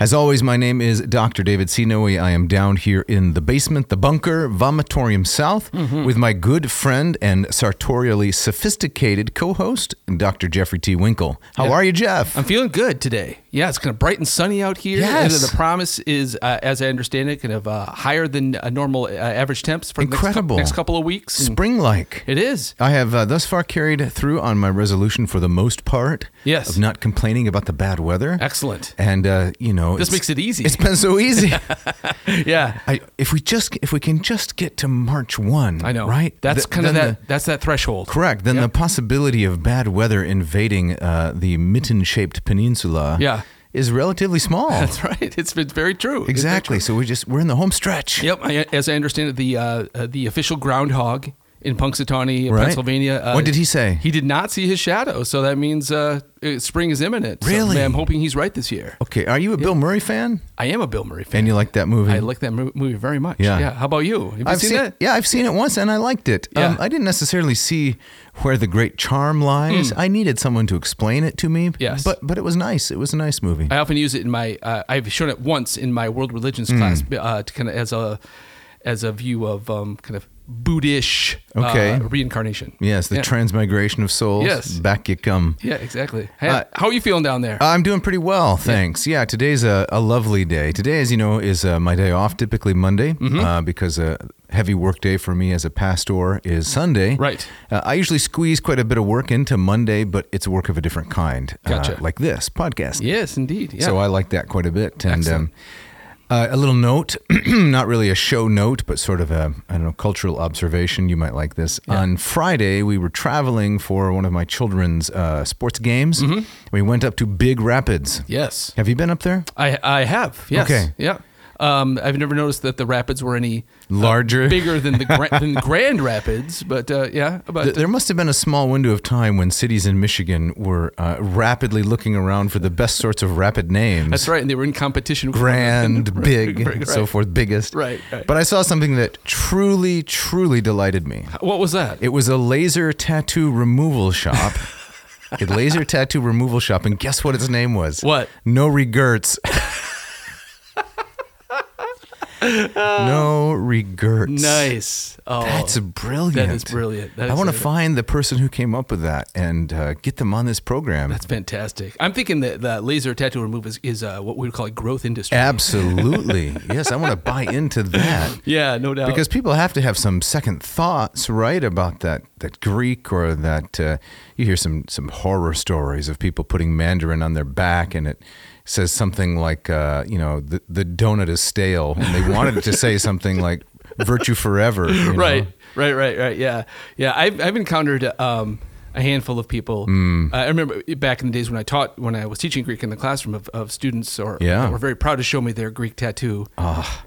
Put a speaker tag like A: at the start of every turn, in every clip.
A: As always, my name is Dr. David C. Noe. I am down here in the basement, the bunker, Vomitorium South,
B: Mm-hmm.
A: with my good friend and sartorially sophisticated co host, Dr. Jeffrey T. Winkle. How are you, Jeff?
B: I'm feeling good today. Yeah, it's kind of bright and sunny out here.
A: Yes.
B: And the promise is, uh, as I understand it, kind of uh, higher than uh, normal uh, average temps for the next cou-
A: Incredible.
B: next, couple of weeks. And
A: Spring like.
B: It is.
A: I have uh, thus far carried through on my resolution for the most part
B: Yes.
A: of not complaining about the bad weather.
B: Excellent.
A: And, uh, you know,
B: This
A: it's-
B: makes it easy.
A: It's been so easy.
B: Yeah.
A: I, if we just if we can just get to March one,
B: I know.
A: right?
B: That's
A: Th-
B: kind of
A: then
B: that.
A: the-
B: that's that threshold.
A: correct. Then the possibility of bad weather invading uh, the mitten-shaped peninsula,
B: Yeah.
A: is relatively small.
B: That's right. It's been very true. It's very
A: exactly. So we just we're in the home stretch.
B: Yep, I, as I understand it, the uh, uh, the official groundhog in Punxsutawney,
A: Right.
B: Pennsylvania. Uh,
A: What did he say?
B: He did not see his shadow, so that means uh, uh, spring is imminent. So,
A: Really?
B: man, I'm hoping he's right this year.
A: Okay. Are you a Bill Murray fan?
B: I am a Bill Murray fan.
A: And you like that movie?
B: I like that mo- movie very much.
A: Mm-hmm. Yeah.
B: How about you? Have you
A: I've
B: seen,
A: seen
B: that?
A: yeah, I've seen it once and I liked it. Um,
B: Yeah.
A: I didn't necessarily see where the great charm lies. I needed someone to explain it to me.
B: Hmm. Yes.
A: but but it was nice. It was a nice movie.
B: I often use it in my. Uh, I've shown it once in my world religions class
A: Mm.
B: uh, to kind of as a as a view of um, kind of Buddhist
A: Okay.
B: uh, reincarnation.
A: yes, the
B: yeah.
A: transmigration of souls.
B: Yes.
A: back you come.
B: Yeah, exactly. Hey,
A: Uh,
B: how are you feeling down there?
A: I'm doing pretty well, thanks. Yeah, today's a, a lovely day. Today, as you know, is uh, my day off, typically Monday,
B: Mm-hmm.
A: uh, because a heavy work day for me as a pastor is Sunday.
B: Right.
A: Uh, I usually squeeze quite a bit of work into Monday, but it's work of a different kind. uh,
B: Gotcha.
A: like this podcast.
B: yes, indeed. Yeah.
A: So I like that quite a bit. And
B: Excellent.
A: um, uh, a little note, not really a show note, but sort of a I don't know cultural observation. You might like this. On Friday, we were traveling for one of my children's uh, sports games.
B: Mm-hmm.
A: We went up to Big Rapids.
B: yes.
A: Have you been up there?
B: I I have. Yes.
A: Okay.
B: Yeah. Um, I've never noticed that the rapids were any uh,
A: Larger.
B: bigger than the gra- than the Grand Rapids, but uh, yeah, but
A: Th- There must have been a small window of time when cities in Michigan were uh, rapidly looking around for the best sorts of rapid names.
B: that's right. And they were in competition. with-
A: Grand,
B: Right,
A: big,
B: right,
A: so
B: right.
A: forth, biggest.
B: Right, right.
A: But I saw something that truly, truly delighted me.
B: What was that?
A: It was a laser tattoo removal shop. a laser tattoo removal shop, and guess what its name was?
B: What?
A: No regrets. no regrets.
B: Nice. Oh,
A: That's brilliant.
B: that is brilliant. That
A: I
B: is
A: want to
B: a-
A: find the person who came up with that and uh, get them on this program.
B: that's fantastic. I'm thinking that the laser tattoo remove is, is uh, what we would call a growth industry.
A: Absolutely. yes, I want to buy into that.
B: yeah, no doubt.
A: Because people have to have some second thoughts, right, about that, that Greek or that uh, you hear some some horror stories of people putting Mandarin on their back, and it says something like, uh, you know, the the donut is stale, and they wanted it to say something like virtue forever, you know?
B: right, right, right, right. Yeah, yeah. I've I've encountered um, a handful of people.
A: Mm.
B: Uh, I remember back in the days when I taught when I was teaching Greek in the classroom of, of students or
A: Yeah. Ah.
B: that were very proud to show me their Greek tattoo,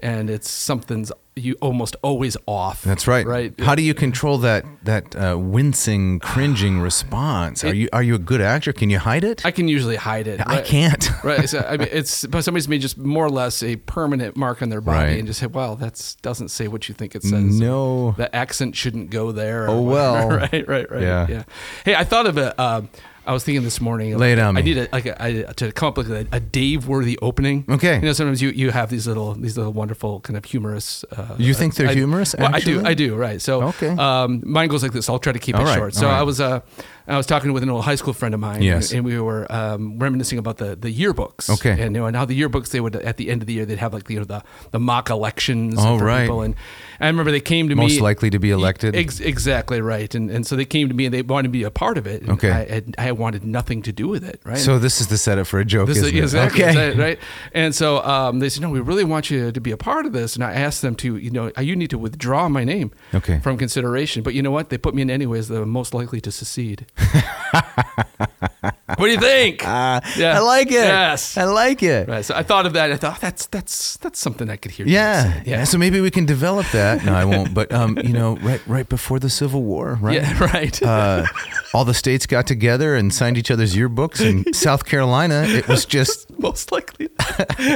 B: and it's something's you almost always off.
A: That's right.
B: Right.
A: How do you control that that uh, wincing, cringing response? Are you are you a good actor? Can you hide it?
B: I can usually hide it.
A: I
B: right?
A: can't.
B: right. So I mean, it's but somebody's made just more or less a permanent mark on their body
A: Right.
B: and just say, "Well, that's doesn't say what you think it says."
A: No.
B: the accent shouldn't go there. or
A: Oh,
B: whatever.
A: well.
B: right, right, right.
A: Yeah.
B: Yeah. Hey, I thought of a. Um, I was thinking this morning. like,
A: Lay it on me.
B: I need a, like a, I, to come up with a, a Dave worthy opening.
A: Okay.
B: You know, sometimes you, you have these little these little wonderful kind of humorous. Uh,
A: You think they're
B: I-
A: humorous,
B: Well, I
A: actually?
B: do. I do. Right. So
A: Okay.
B: Um, mine goes like this. I'll try to keep
A: All
B: it
A: right,
B: short.
A: all
B: So
A: right.
B: I was uh, I was talking with an old high school friend of mine.
A: Yes.
B: And, and we were um, reminiscing about the the yearbooks.
A: Okay.
B: And you know, and how the yearbooks they would at the end of the year they'd have like you know the the mock elections.
A: Oh,
B: for
A: right.
B: People. And I remember they came to me E-,
A: Most likely to be elected.
B: Ex- exactly right. And and so they came to me and they wanted to be a part of it. And
A: Okay.
B: I, and I wanted nothing to do with it. Right.
A: so this is the setup for a joke,
B: this is
A: isn't it?
B: exactly
A: okay.
B: that's it, right. And so um, they said, no, we really want you to be a part of this. And I asked them to, you know, you need to withdraw my name
A: Okay.
B: from consideration. But you know what? They put me in anyways, the most likely to secede. What do you think?
A: Ah,
B: Yeah.
A: I like it.
B: Yes.
A: I like it.
B: Right. So I thought of that. I thought that's that's that's something I could hear. you
A: Yeah.
B: say.
A: yeah. So maybe we can develop that. No, I won't. But um, you know, right right before the Civil War, right?
B: Yeah. Right.
A: uh, all the states got together and signed each other's yearbooks. In South Carolina, it was just
B: Most likely.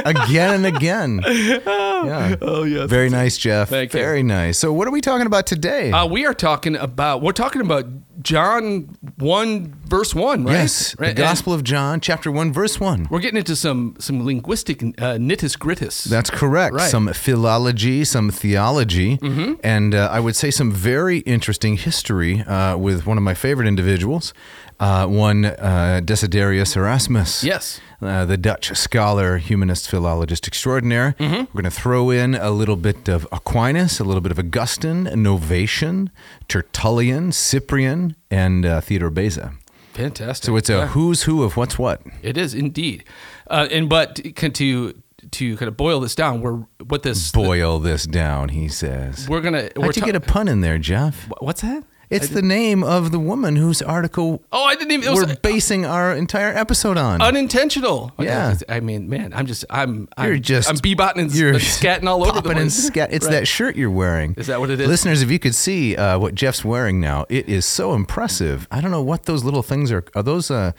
A: again and again. Yeah.
B: Oh yeah.
A: Very nice, Jeff.
B: Thank you.
A: Very nice. So, what are we talking about today?
B: Uh, we are talking about we're talking about John one verse one, right?
A: yes,
B: Right,
A: the
B: and
A: Gospel of John, chapter one, verse one.
B: We're getting into some some linguistic uh, nittis grittis.
A: That's correct.
B: Right. Mm-hmm.
A: Some philology, some theology, and uh, I would say some very interesting history uh, with one of my favorite individuals, uh, one uh, Desiderius Erasmus.
B: Yes.
A: Uh, the Dutch scholar, humanist, philologist extraordinaire.
B: Mm-hmm.
A: We're going to throw in a little bit of Aquinas, a little bit of Augustine, Novation, Tertullian, Cyprian, and uh, Theodore Beza.
B: fantastic.
A: So it's a who's who of what's what.
B: It is indeed, uh, and but to to to kind of boil this down, we're what this
A: Boil this down, he says.
B: we're gonna we're
A: How'd you
B: ta-
A: get a pun in there, Jeff?
B: what's that?
A: It's the name of the woman whose article
B: Oh, I didn't even. It was
A: we're basing our entire episode on.
B: unintentional. Okay,
A: Yeah.
B: I mean, man, I'm just I'm I'm,
A: You're just
B: I'm bebotting and,
A: you're
B: and scatting all over the
A: popping and
B: place.
A: scat- It's
B: Right.
A: that shirt you're wearing.
B: Is that what it is?
A: Listeners, if you could see uh, what Jeff's wearing now, it is so impressive. I don't know what those little things are. Are those uh,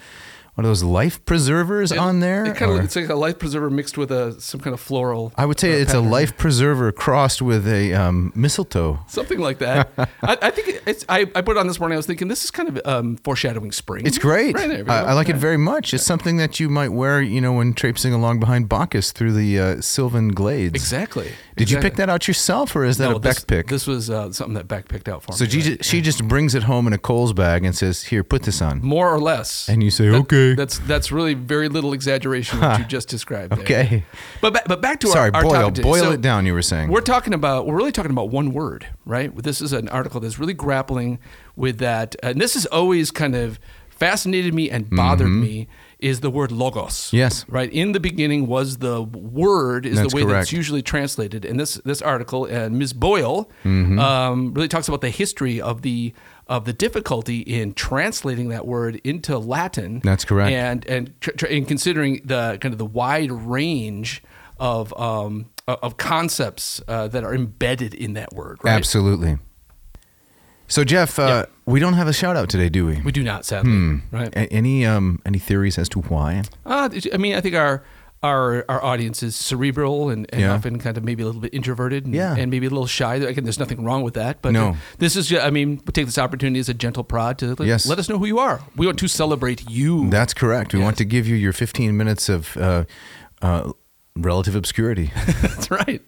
A: are those life preservers on there?
B: It kind
A: Or-
B: of it's like a life preserver mixed with a some kind of floral.
A: I would say it's a life preserver crossed with a um, mistletoe.
B: Something like that. I, I think it's. I, I put it on this morning. I was thinking this is kind of um, foreshadowing spring.
A: It's great.
B: Mm-hmm. Right there,
A: I, I like it very much. It's something that you might wear, you know, when traipsing along behind Bacchus through the uh, sylvan glades.
B: Exactly.
A: Did you pick that out yourself, or is that a Beck
B: this,
A: pick?
B: This was uh, something that Beck picked out for
A: so
B: me.
A: she
B: right?
A: just, she just brings it home in a Coles bag and says, "Here, put this on,"
B: more or less.
A: and you say,
B: That-
A: "Okay,
B: That's that's really very little exaggeration what you just described. there.
A: okay."
B: But ba- but back to
A: Sorry,
B: our, our
A: boil
B: topic today.
A: boil
B: So
A: it down. You were saying
B: We're talking about we're really talking about one word, right? This is an article that's really grappling with that, Uh, and this has always kind of fascinated me and bothered me. Is the word logos?
A: Mm-hmm. Yes.
B: Right. In the beginning was the word is
A: That's
B: the way
A: correct.
B: that's usually translated. And this this article and Ms. Boyle
A: Mm-hmm.
B: um, really talks about the history of the of the difficulty in translating that word into Latin.
A: That's correct.
B: And and tr- tr- and considering the kind of the wide range of um, o- of concepts uh, that are embedded in that word. Right?
A: absolutely. So Jeff, uh, we don't have a shout out today, do we?
B: We do not sadly.
A: Hmm.
B: Right.
A: A- any um any theories as to why?
B: Uh, I mean, I think our our our audience is cerebral and, and
A: Yeah.
B: often kind of maybe a little bit introverted and,
A: Yeah.
B: and maybe a little shy. Again, there's nothing wrong with that. But
A: No.
B: uh, this is, ju- I mean, we take this opportunity as a gentle prod to let,
A: Yes.
B: let us know who you are. We want to celebrate you.
A: That's correct. We want
B: Yes.
A: to give you your 15 minutes of uh, uh, relative obscurity.
B: That's right.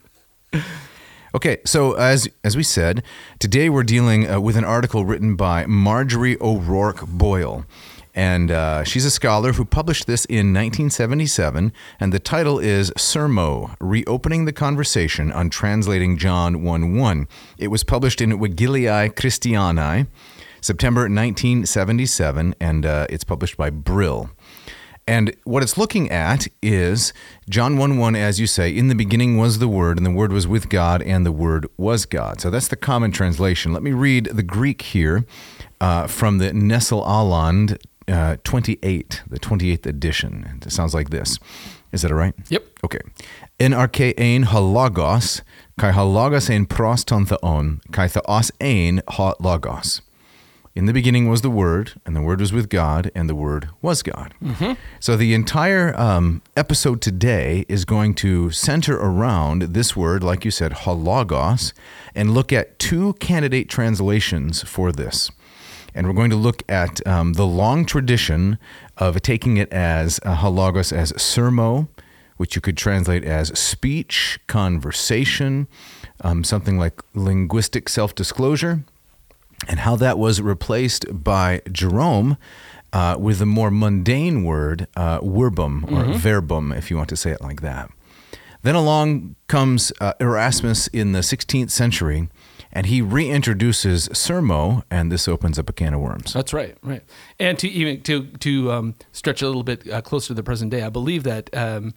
A: Okay, so as as we said, today we're dealing uh, with an article written by Marjorie O'Rourke Boyle, and uh, she's a scholar who published this in 1977, and the title is "Sermo: Reopening the Conversation on Translating John 1:1." It was published in Wigiliae Christianae, September 1977, and uh, it's published by Brill. And what it's looking at is John 1 1, as you say, in the beginning was the Word, and the Word was with God, and the Word was God. So that's the common translation. Let me read the Greek here uh, from the Nestle Aland uh, 28, the 28th edition. It sounds like this. Is that all right?
B: Yep.
A: Okay. En arche ein halagos, kai halagos ein proston theon, kai theos ein ha logos. In the beginning was the Word, and the Word was with God, and the Word was God. So the entire um, episode today is going to center around this word, like you said, halagos, and look at two candidate translations for this. And we're going to look at um, the long tradition of taking it as uh, halagos as sermo, which you could translate as speech, conversation, um, something like linguistic self disclosure and how that was replaced by Jerome uh, with the more mundane word uh, verbum or verbum, if you want to say it like that. Then along comes uh, Erasmus in the 16th century, and he reintroduces sermo, and this opens up a can of worms.
B: That's right, right. And to even to to um, stretch a little bit uh, closer to the present day, I believe that um,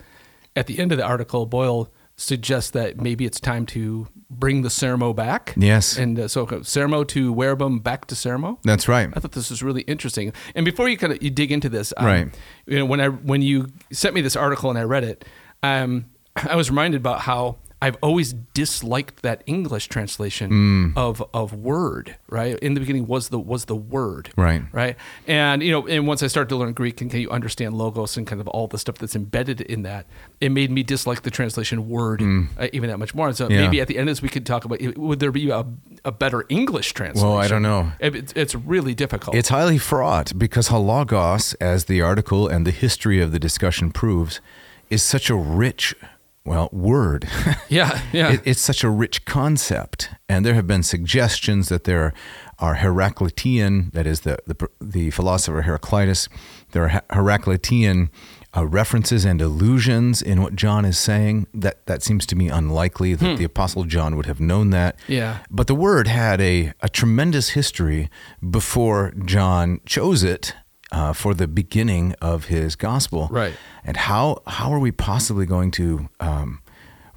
B: at the end of the article, Boyle suggests that maybe it's time to bring the Sermo back.
A: Yes.
B: And uh, so uh, Sermo to Werebum, back to Sermo.
A: That's right.
B: I thought this was really interesting. And before you kind of you dig into this, um,
A: Right.
B: You know, when I when you sent me this article and I read it, um, I was reminded about how I've always disliked that English translation
A: Mm.
B: of of word. Right in the beginning was the was the word.
A: Right.
B: Right. And you know, and once I started to learn Greek and can you understand logos and kind of all the stuff that's embedded in that, it made me dislike the translation word uh, even that much more. And so
A: Mm. Yeah.
B: maybe at the end of this we could talk about would there be a, a better English translation?
A: Well, I don't know.
B: It- It's, it's really difficult.
A: It's highly fraught because halagos, as the article and the history of the discussion proves, is such a rich, well, word.
B: yeah, yeah,
A: It, it's such a rich concept, and there have been suggestions that there are Heraclitean, that is the the, the philosopher Heraclitus, there are He- Heraclitean uh, references and allusions in what John is saying. That that seems to me unlikely that the apostle John would have known that.
B: Hmm. Yeah.
A: But the word had a, a tremendous history before John chose it uh, for the beginning of his gospel.
B: Right.
A: And how, how are we possibly going to um,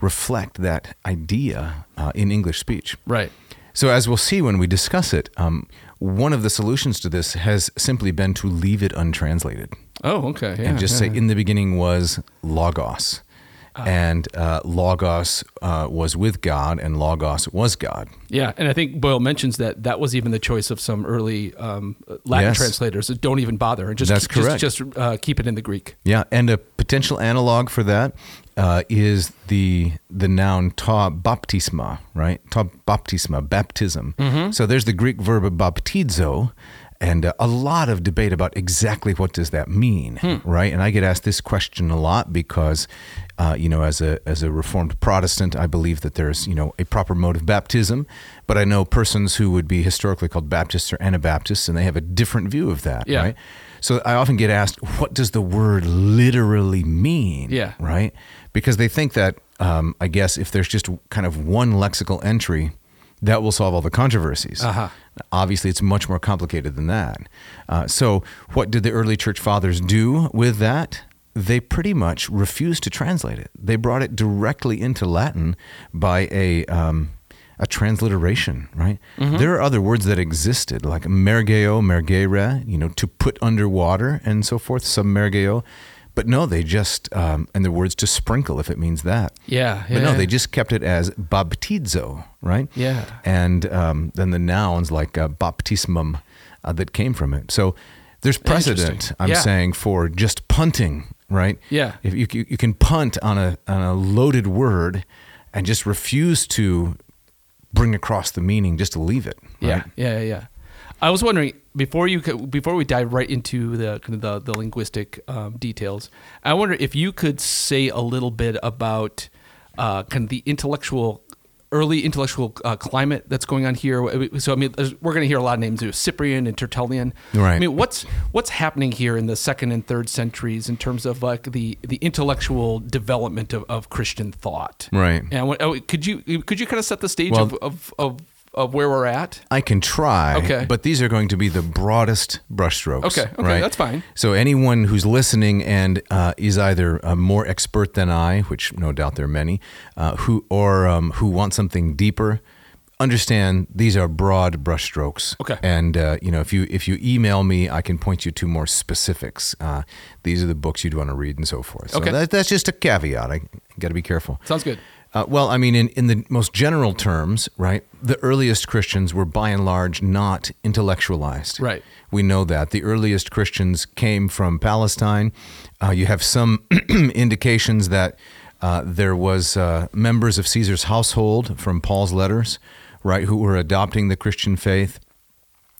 A: reflect that idea uh, in English speech?
B: right.
A: So, as we'll see when we discuss it, um, one of the solutions to this has simply been to leave it untranslated
B: Oh, okay. Yeah,
A: and just
B: yeah.
A: say, in the beginning was Logos. and uh, Logos uh, was with God, and Logos was God.
B: yeah. And I think Boyle mentions that that was even the choice of some early um, Latin
A: Yes.
B: translators that don't even bother and just
A: That's
B: just-
A: correct.
B: Just, uh, keep it in the Greek.
A: Yeah, and a potential analog for that uh, is the the noun ta baptisma, right? Ta baptisma, baptism. So there's the Greek verb baptizo, and uh, a lot of debate about exactly what does that mean, right? And I get asked this question a lot because, uh, you know, as a as a Reformed Protestant, I believe that there's you know a proper mode of baptism, but I know persons who would be historically called Baptists or Anabaptists, and they have a different view of that,
B: Yeah.
A: right? So I often get asked, what does the word literally mean?
B: Yeah.
A: Right? Because they think that, um, I guess, if there's just kind of one lexical entry, that will solve all the controversies.
B: Uh-huh.
A: Obviously, it's much more complicated than that. Uh, so, what did the early church fathers do with that? They pretty much refused to translate it. They brought it directly into Latin by a um, a transliteration, right?
B: Mm-hmm.
A: There are other words that existed, like mergeo, mergere, you know, to put underwater and so forth, submergeo. But no, they just, um, and the words to sprinkle if it means that.
B: Yeah. yeah
A: but no,
B: yeah.
A: they just kept it as baptizo, right?
B: Yeah.
A: And um, then the nouns like uh, baptismum uh, that came from it. So there's precedent,
B: Interesting.
A: I'm
B: Yeah.
A: saying, for just punting, right?
B: Yeah.
A: If you, you, you can punt on a, on a loaded word and just refuse to bring across the meaning, just to leave it.
B: Yeah,
A: right?
B: yeah, yeah, yeah. I was wondering before you co- before we dive right into the kind of the, the linguistic um, details. I wonder if you could say a little bit about uh, kind of the intellectual early intellectual uh, climate that's going on here. So I mean, there's- we're going to hear a lot of names: Cyprian and Tertullian.
A: Right.
B: I mean, what's what's happening here in the second and third centuries in terms of like the the intellectual development of, of Christian thought?
A: Right.
B: And I wa- oh, could you could you kind of set the stage
A: Well-
B: of, of of of where we're at?
A: I can try.
B: Okay.
A: But these are going to be the broadest brushstrokes.
B: Okay, okay,
A: right?
B: that's fine.
A: So anyone who's listening and uh, is either uh, more expert than I, which no doubt there are many, uh, who or um, who want something deeper, understand these are broad brushstrokes.
B: Okay.
A: And uh, you know, if you if you email me, I can point you to more specifics. Uh, these are the books you'd want to read and so forth. So
B: Okay.
A: that, that's just a caveat. I got to be careful.
B: Sounds good.
A: Uh, well, I mean, in, in the most general terms, right, the earliest Christians were by and large not intellectualized.
B: Right.
A: We know that. The earliest Christians came from Palestine. Uh, you have some indications that uh, there was uh, members of Caesar's household from Paul's letters, right, who were adopting the Christian faith.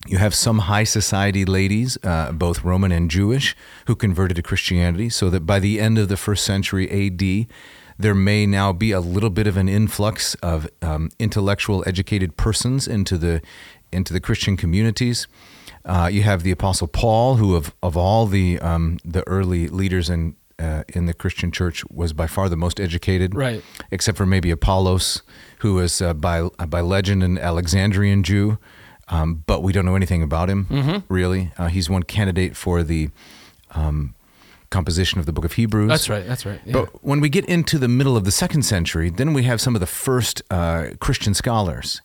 A: You have some high society ladies, uh, both Roman and Jewish, who converted to Christianity, so that by the end of the first century AD, there may now be a little bit of an influx of um, intellectual, educated persons into the into the Christian communities. Uh, you have the Apostle Paul, who of of all the um, the early leaders in uh, in the Christian church was by far the most educated,
B: Right.
A: Except for maybe Apollos, who was uh, by by legend an Alexandrian Jew, um, but we don't know anything about him really. Uh, he's one candidate for the composition of the book of Hebrews.
B: That's right. That's right. Yeah.
A: But when we get into the middle of the second century, then we have some of the first uh, Christian scholars.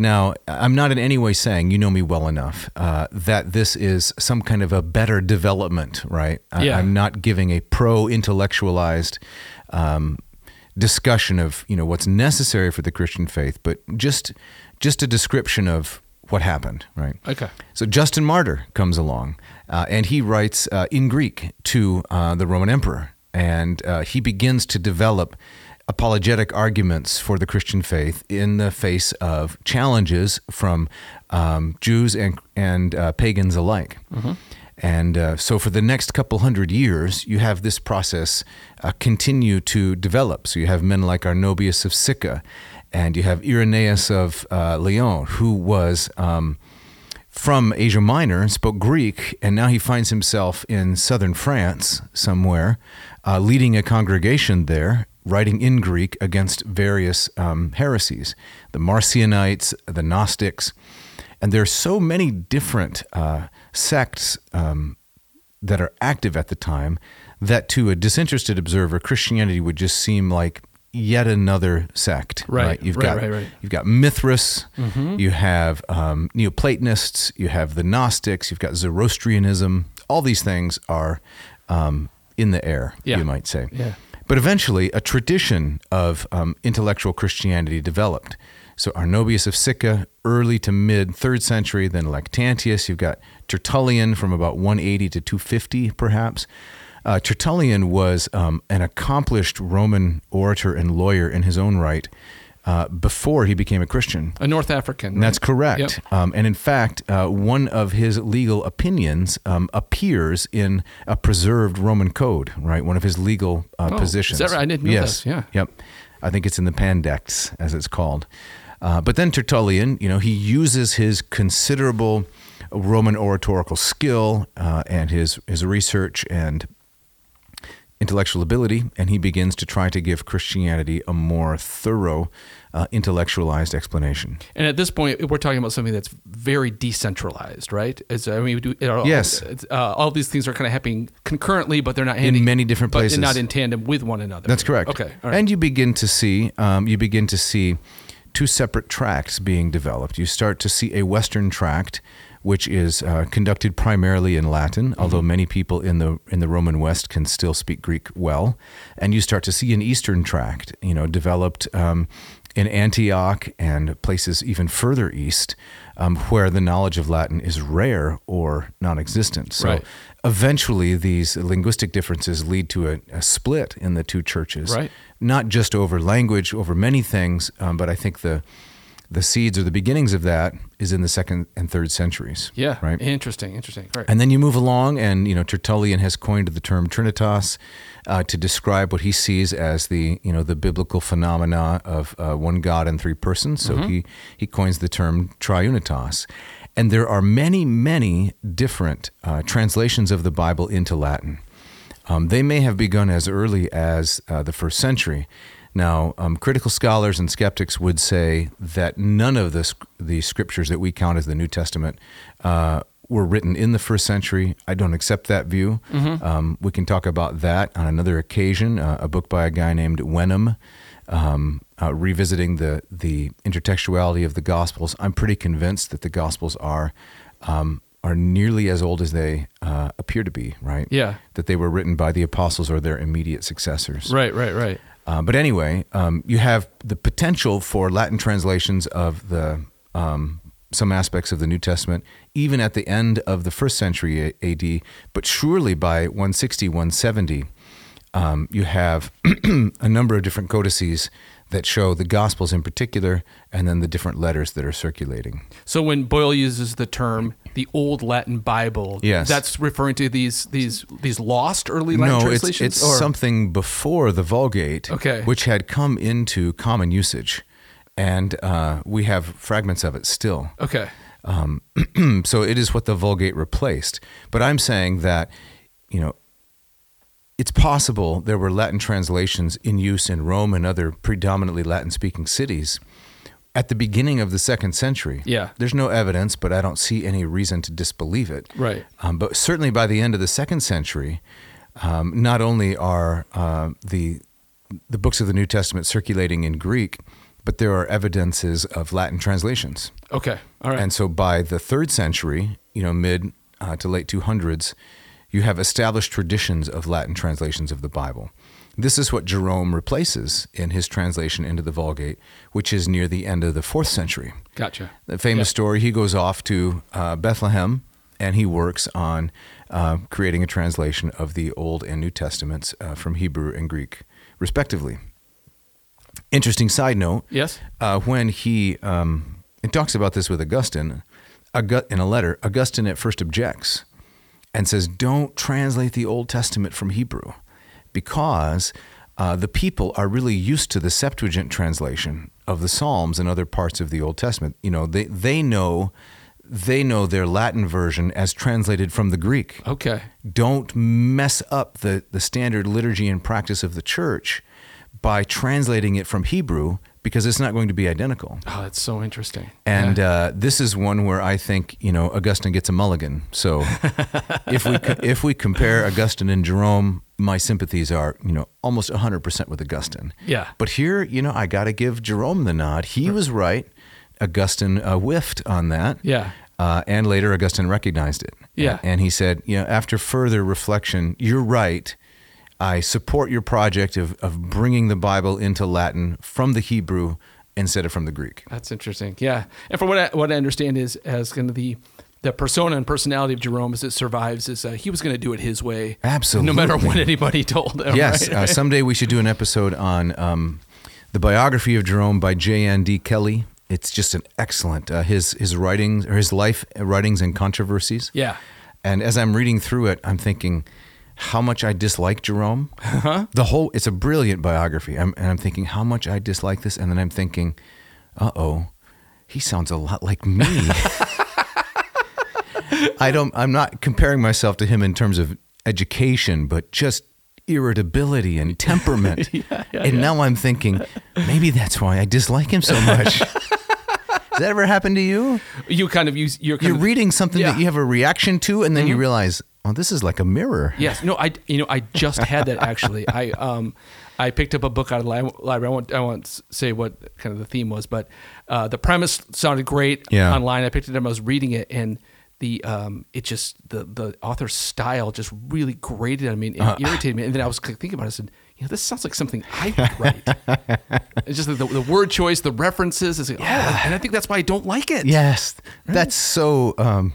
A: Now, I'm not in any way saying, you know me well enough, uh, that this is some kind of a better development, right? I,
B: Yeah.
A: I'm not giving a pro intellectualized um, discussion of you know what's necessary for the Christian faith, but just just a description of what happened, right?
B: okay.
A: So Justin Martyr comes along, uh, and he writes uh, in Greek to uh, the Roman emperor, and uh, he begins to develop apologetic arguments for the Christian faith in the face of challenges from um, Jews and and uh, pagans alike. And uh, so, for the next couple hundred years, you have this process uh, continue to develop. So, you have men like Arnobius of Sicca, and you have Irenaeus of uh, Lyon, who was um, from Asia Minor and spoke Greek, and now he finds himself in southern France somewhere, uh, leading a congregation there, writing in Greek against various um, heresies the Marcionites, the Gnostics. And there are so many different uh, sects um, that are active at the time that to a disinterested observer, Christianity would just seem like yet another sect.
B: Right,
A: You've
B: right,
A: got
B: right, right.
A: You've got Mithras, you have um, Neoplatonists, you have the Gnostics, you've got Zoroastrianism. All these things are um, in the air,
B: Yeah.
A: you might say.
B: Yeah.
A: But eventually, a tradition of um, intellectual Christianity developed. So Arnobius of Sicca, early to mid third century, then Lactantius. You've got Tertullian from about 180 to 250, perhaps. Uh, Tertullian was um, an accomplished Roman orator and lawyer in his own right uh, before he became a Christian.
B: A North African.
A: And
B: right?
A: That's correct. Um, and in fact, uh, one of his legal opinions um, appears in a preserved Roman code, right? One of his legal uh,
B: Oh,
A: positions.
B: is that right? I didn't know
A: yes.
B: this. Yeah.
A: Yep. I think it's in the Pandects, as it's called. Uh, but then Tertullian, you know, he uses his considerable Roman oratorical skill uh, and his, his research and intellectual ability, and he begins to try to give Christianity a more thorough, uh, intellectualized explanation.
B: And at this point, we're talking about something that's very decentralized, right? It's, I mean, we do, it all,
A: Yes.
B: it's, uh, all these things are kind of happening concurrently, but they're not handing,
A: many different
B: but
A: places.
B: not in tandem with one another.
A: That's correct.
B: Okay, all right.
A: And you begin to see, um, you begin to see two separate tracts being developed. You start to see a Western tract, which is uh, conducted primarily in Latin, although many people in the in the Roman West can still speak Greek well. And you start to see an Eastern tract, you know, developed. Um, in Antioch and places even further east, um, where the knowledge of Latin is rare or non-existent. So,
B: Right.
A: eventually, these linguistic differences lead to a, a split in the two churches
B: Right.
A: not just over language, over many things, um, but I think the the seeds or the beginnings of that is in the second and third centuries.
B: yeah,
A: Right.
B: Interesting, interesting. All right.
A: And then you move along, and you know Tertullian has coined the term Trinitas uh, to describe what he sees as the you know the biblical phenomena of uh, one God and three persons. So
B: Mm-hmm.
A: he he coins the term Triunitas, and there are many many different uh, translations of the Bible into Latin. Um, they may have begun as early as uh, the first century. Now, um, critical scholars and skeptics would say that none of the, sc- the scriptures that we count as the New Testament uh, were written in the first century. I don't accept that view. Um, we can talk about that on another occasion. Uh, a book by a guy named Wenham um, uh, revisiting the the intertextuality of the Gospels. I'm pretty convinced that the Gospels are um, are nearly as old as they uh, appear to be. Right?
B: Yeah.
A: That they were written by the apostles or their immediate successors.
B: right, right, right.
A: Uh, but anyway, um, you have the potential for Latin translations of the um, some aspects of the New Testament, even at the end of the first century A- AD, but surely by 160, 170, um, you have a number of different codices that show the Gospels in particular, and then the different letters that are circulating.
B: So when Boyle uses the term the old Latin Bible,
A: Yes.
B: that's referring to these these these lost early Latin
A: no, it's,
B: translations.
A: it's
B: or-
A: something before the Vulgate,
B: Okay.
A: which had come into common usage, and uh, we have fragments of it still.
B: Okay.
A: Um, so it is what the Vulgate replaced. But I'm saying that, you know, it's possible there were Latin translations in use in Rome and other predominantly Latin speaking cities at the beginning of the second century.
B: Yeah.
A: There's no evidence, but I don't see any reason to disbelieve it.
B: Right.
A: Um, but certainly by the end of the second century, um, not only are uh, the the books of the New Testament circulating in Greek, but there are evidences of Latin translations.
B: Okay. All right.
A: And so by the third century, you know, mid uh, to late 200s, you have established traditions of Latin translations of the Bible. This is what Jerome replaces in his translation into the Vulgate, which is near the end of the fourth century.
B: gotcha.
A: The famous
B: Yeah.
A: story he goes off to uh, Bethlehem and he works on uh, creating a translation of the Old and New Testaments uh, from Hebrew and Greek, respectively. Interesting side note
B: Yes.
A: uh, when he um, it talks about this with Augustine Augu- in a letter. Augustine at first objects and says, "Don't translate the Old Testament from Hebrew, because uh, the people are really used to the Septuagint translation of the Psalms and other parts of the Old Testament. You know, they they know." They know their Latin version as translated from the Greek
B: Okay.
A: don't mess up the, the standard liturgy and practice of the church by translating it from Hebrew because it's not going to be identical.
B: Oh, that's so interesting.
A: And uh, this is one where I think you know Augustine gets a mulligan. So if we co- if we compare Augustine and Jerome, my sympathies are you know almost 100 percent with Augustine.
B: Yeah.
A: But here, you know, I got to give Jerome the nod. He was right. Augustine uh, whiffed on that.
B: Yeah.
A: Uh, and later, Augustine recognized it.
B: Yeah.
A: And he said, you know, after further reflection, you're right. I support your project of, of bringing the Bible into Latin from the Hebrew instead of from the Greek.
B: That's interesting. Yeah, and from what I, what I understand is as kind of the the persona and personality of Jerome as it survives is uh, he was going to do it his way,
A: Absolutely.
B: no matter what anybody told him.
A: Yes.
B: right?
A: Uh, someday we should do an episode on um, the biography of Jerome by J.N.D. Kelly. It's just an excellent uh, his his writings or his life uh, writings and controversies.
B: Yeah.
A: And as I'm reading through it, I'm thinking how much I dislike Jerome. Uh-huh. The whole it's a brilliant biography. I'm, and I'm thinking how much I dislike this, and then I'm thinking, uh oh, he sounds a lot like me. I don't. I'm not comparing myself to him in terms of education, but just irritability and temperament. and now I'm thinking maybe that's why I dislike him so much. Has that ever happened to you?
B: you kind of use you're kind
A: You're
B: of,
A: reading something
B: Yeah. Mm-hmm.
A: that you have a reaction to, and then you realize, oh, this is like a mirror.
B: Yes. No. I. You know. I just had that actually. I. Um. I picked up a book out of the li- library. I won't. I won't s- say what kind of the theme was, but uh, the premise sounded great.
A: Yeah.
B: Online, I picked it up. I was reading it, and the um, it just the the author's style just really grated on me and irritated me. And then I was thinking about it. I said, you know, this sounds like something I would write. it's just like the, the word choice, the references. It's like, oh, and I think that's why I don't like it.
A: Yes, that's so. Um,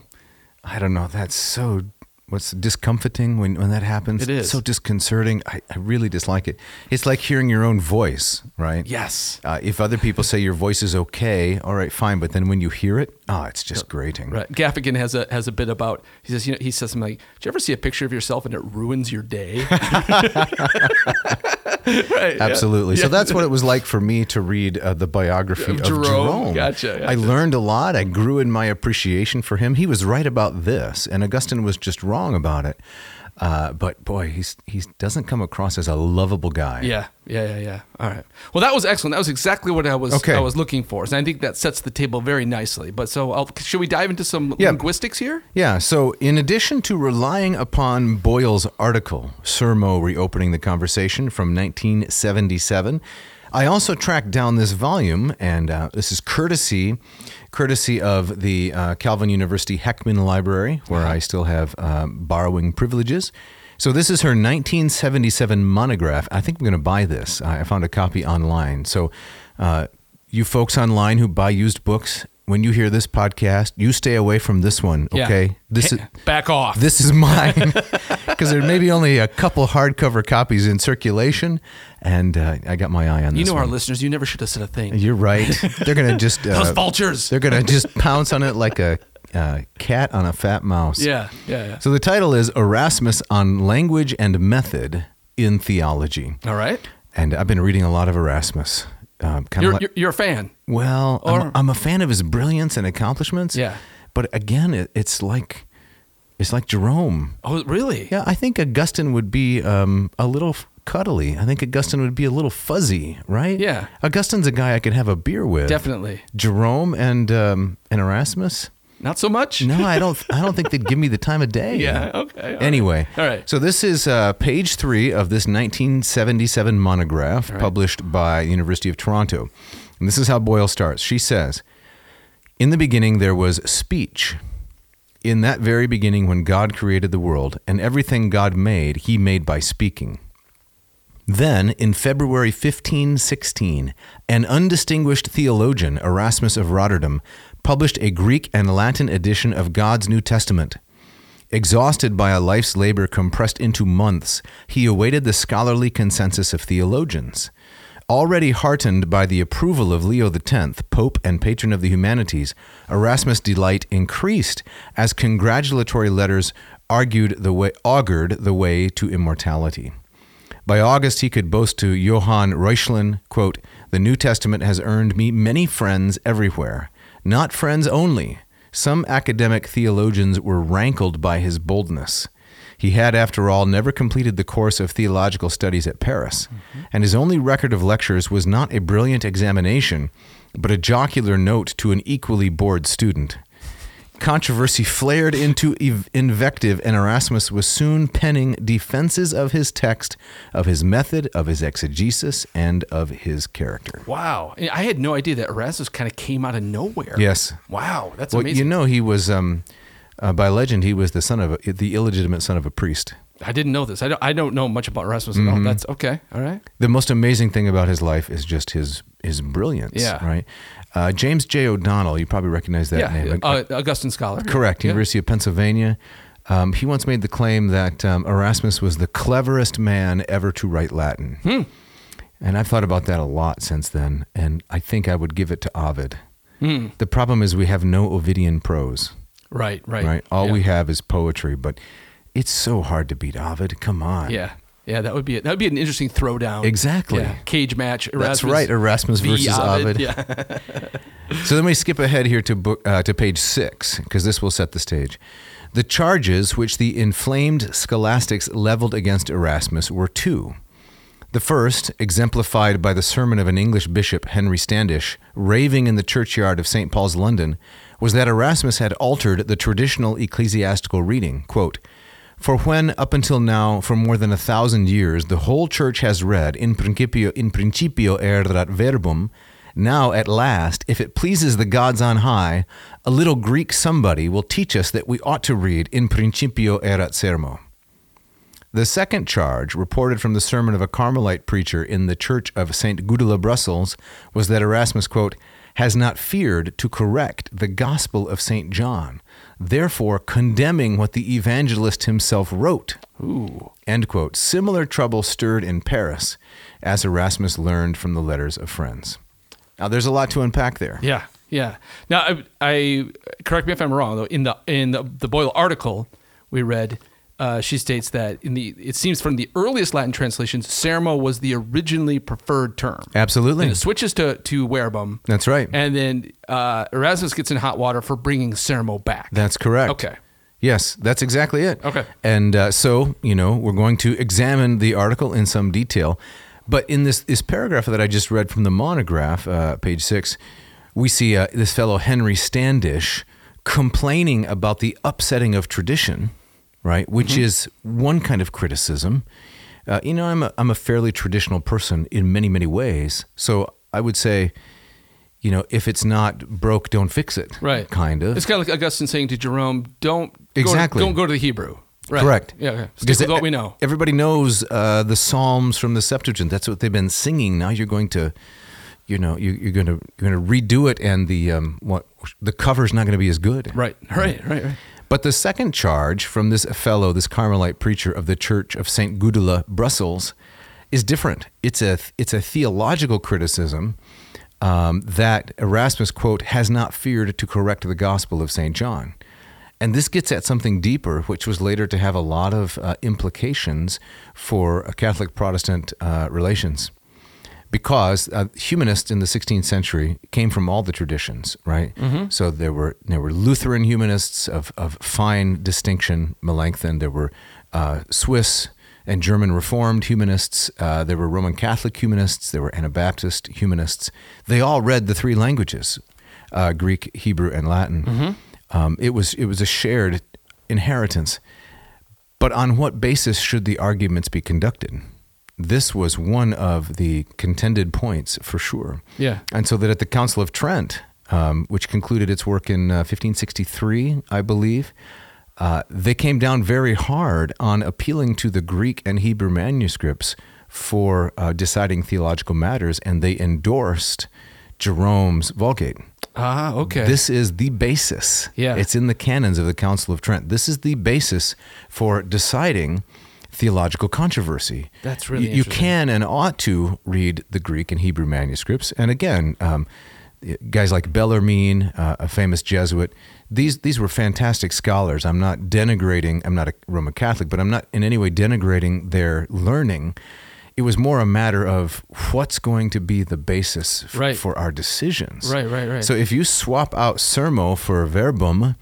A: I don't know. That's so. What's discomforting when, when that happens?
B: It is.
A: so disconcerting. I, I really dislike it. It's like hearing your own voice, right?
B: Yes.
A: Uh, if other people say your voice is okay, all right, fine. But then when you hear it, ah, it's just grating.
B: Right. Gaffigan has a has a bit about he says you know he says something like, "Do you ever see a picture of yourself and it ruins your day?" right.
A: Absolutely.
B: Yeah.
A: So that's what it was like for me to read uh, the biography
B: Of
A: of
B: Jerome.
A: Jerome.
B: Gotcha, gotcha.
A: I learned a lot. I grew in my appreciation for him. He was right about this, and Augustine was just wrong about it. Uh, but boy, he's he doesn't come across as a lovable guy.
B: Yeah. Yeah. Yeah. Yeah. All right. Well, that was excellent. That was exactly what I was
A: Okay.
B: I was looking for, and I think that sets the table very nicely. But so, I'll, should we dive into some
A: Yeah.
B: linguistics here?
A: Yeah, so in addition to relying upon Boyle's article, Sermo Reopening the Conversation from 1977, I also tracked down this volume, and uh, this is courtesy, courtesy of the uh, Calvin University Heckman Library, where I still have um, borrowing privileges. So this is her 1977 monograph. I think I'm going to buy this. I I found a copy online. So uh, you folks online who buy used books, when you hear this podcast, you stay away from this one,
B: Yeah.
A: okay? This is
B: Back off.
A: this is mine because there may be only a couple hardcover copies in circulation, and uh, I got my eye on this.
B: you know our
A: one.
B: listeners. You never should have said a thing.
A: You're right. They're gonna just
B: Those
A: uh,
B: vultures.
A: they're gonna just pounce on it like a uh, cat on a fat mouse.
B: Yeah. Yeah. Yeah.
A: So the title is Erasmus on Language and Method in Theology,
B: All right.
A: and I've been reading a lot of Erasmus. Um, kind
B: You're,
A: of like,
B: you're you're a fan.
A: well,
B: Or-
A: I'm, I'm a fan of his brilliance and accomplishments.
B: Yeah.
A: but again, it, it's like it's like Jerome.
B: Oh, really?
A: Yeah, I think Augustine would be um, a little f- cuddly. I think Augustine would be a little fuzzy, right?
B: Yeah.
A: Augustine's a guy I could have a beer with.
B: Definitely.
A: Jerome and um, and Erasmus.
B: Not so much.
A: No, I don't. I don't think they'd give me the time of day.
B: Yeah, okay, all right.
A: Anyway.
B: All right.
A: So this is uh, page three of this 1977 monograph published by the University of Toronto, and this is how Boyle starts. She says, "In the beginning there was speech. In that very beginning, when God created the world and everything God made, He made by speaking." Then, in February 1516, an undistinguished theologian, Erasmus of Rotterdam, published a Greek and Latin edition of God's New Testament. Exhausted by a life's labor compressed into months, he awaited the scholarly consensus of theologians. Already heartened by the approval of Leo X, Pope and patron of the humanities, Erasmus' delight increased as congratulatory letters argued the way, augured the way to immortality. By August, he could boast to Johann Reuchlin, quote, The New Testament has earned me many friends everywhere. Not friends only. Some academic theologians were rankled by his boldness. He had, after all, never completed the course of theological studies at Paris, and his only record of lectures was not a brilliant examination, but a jocular note to an equally bored student. Controversy flared into ev- invective, and Erasmus was soon penning defenses of his text, of his method, of his exegesis, and of his character.
B: Wow. I had no idea that Erasmus kind of came out of nowhere.
A: Yes.
B: Wow. That's
A: well,
B: amazing.
A: you know, he was, um, uh, by legend, he was the son of a, the illegitimate son of a priest.
B: I didn't know this. I don't, I don't know much about Erasmus at all.
A: Mm-hmm.
B: That's okay. All right.
A: The most amazing thing about his life is just his his brilliance.
B: Yeah.
A: Right. Uh, James J. O'Donnell, you probably recognize that
B: yeah.
A: name.
B: uh, Augustine Scholar.
A: Correct.
B: Yeah.
A: University of Pennsylvania. Um, he once made the claim that um, Erasmus was the cleverest man ever to write Latin.
B: Hmm.
A: And I've thought about that a lot since then, and I think I would give it to Ovid.
B: Hmm.
A: The problem is we have no Ovidian prose,
B: Right, right.
A: right? All
B: yeah.
A: we have is poetry, but it's so hard to beat Ovid. Come on.
B: Yeah. Yeah, that would be it. That would be an interesting throwdown.
A: Exactly.
B: Yeah. Cage match. Erasmus
A: That's right, Erasmus
B: v.
A: versus Ovid.
B: Yeah.
A: So then we skip ahead here to book uh, to page six because this will set the stage. The charges which the inflamed scholastics leveled against Erasmus were two. The first, exemplified by the sermon of an English bishop, Henry Standish, raving in the churchyard of St. Paul's, London, was that Erasmus had altered the traditional ecclesiastical reading. Quote, For when, up until now, for more than a thousand years, the whole church has read, In principio, in principio erat verbum, now, at last, if it pleases the gods on high, a little Greek somebody will teach us that we ought to read, In principio erat sermo. The second charge, reported from the sermon of a Carmelite preacher in the church of St. Gudula, Brussels, was that Erasmus, quote, has not feared to correct the gospel of St. John, therefore condemning what the evangelist himself wrote. Ooh. End quote. Similar trouble stirred in Paris, as Erasmus learned from the letters of friends. Now, there's a lot to unpack there.
B: Yeah, yeah. Now, I, I correct me if I'm wrong though. In the in the, the Boyle article we read, uh, she states that in the it seems from the earliest Latin translations, sermo was the originally preferred term.
A: Absolutely.
B: And it switches to to verbum.
A: That's right.
B: And then uh, Erasmus gets in hot water for bringing sermo back.
A: That's correct.
B: Okay.
A: Yes, that's exactly it.
B: Okay.
A: And uh, so, you know, we're going to examine the article in some detail. But in this, this paragraph that I just read from the monograph, uh, page six, we see uh, this fellow Henry Standish complaining about the upsetting of tradition, right? Which
B: Mm-hmm.
A: is one kind of criticism. Uh, you know, I'm a, I'm a fairly traditional person in many, many ways. So I would say, you know, if it's not broke, don't fix it.
B: right.
A: Kind of.
B: It's kind of like Augustine saying to Jerome, "Don't go to-
A: Exactly.
B: don't go to the Hebrew." Right.
A: Correct.
B: Yeah. Okay. Stick
A: Because
B: with
A: e-
B: what we know.
A: Everybody knows uh, the Psalms from the Septuagint. That's what they've been singing. Now you're going to, you know, you, you're going to you're going to redo it, and the um, what the cover's not going to be as good.
B: Right. Right. Right. Right.
A: But the second charge from this fellow, this Carmelite preacher of the Church of Saint Gudula, Brussels, is different. It's a it's a theological criticism um, that Erasmus quote has not feared to correct the Gospel of Saint John, and this gets at something deeper, which was later to have a lot of uh, implications for uh, Catholic Protestant uh, relations because uh, humanists in the 16th century came from all the traditions, right? So there were there were Lutheran humanists of of fine distinction, Melanchthon. There were uh, Swiss and German Reformed humanists. Uh, there were Roman Catholic humanists. There were Anabaptist humanists. They all read the three languages: uh, Greek, Hebrew, and Latin. Um, it was it was a shared inheritance. But on what basis should the arguments be conducted? This was one of the contended points for sure.
B: Yeah.
A: And so that at the Council of Trent, um, which concluded its work in uh, 1563, I believe, uh, they came down very hard on appealing to the Greek and Hebrew manuscripts for uh, deciding theological matters, and they endorsed Jerome's Vulgate.
B: Ah, okay.
A: This is the basis.
B: Yeah.
A: It's in the canons of the Council of Trent. This is the basis for deciding theological controversy.
B: That's really
A: You- you,
B: interesting.
A: can and ought to read the Greek and Hebrew manuscripts. And again, um, guys like Bellarmine, uh, a famous Jesuit, these these were fantastic scholars. I'm not denigrating. I'm not a Roman Catholic, but I'm not in any way denigrating their learning. It was more a matter of what's going to be the basis f-
B: Right.
A: for our decisions.
B: Right, right, right.
A: So if you swap out sermo for verbum,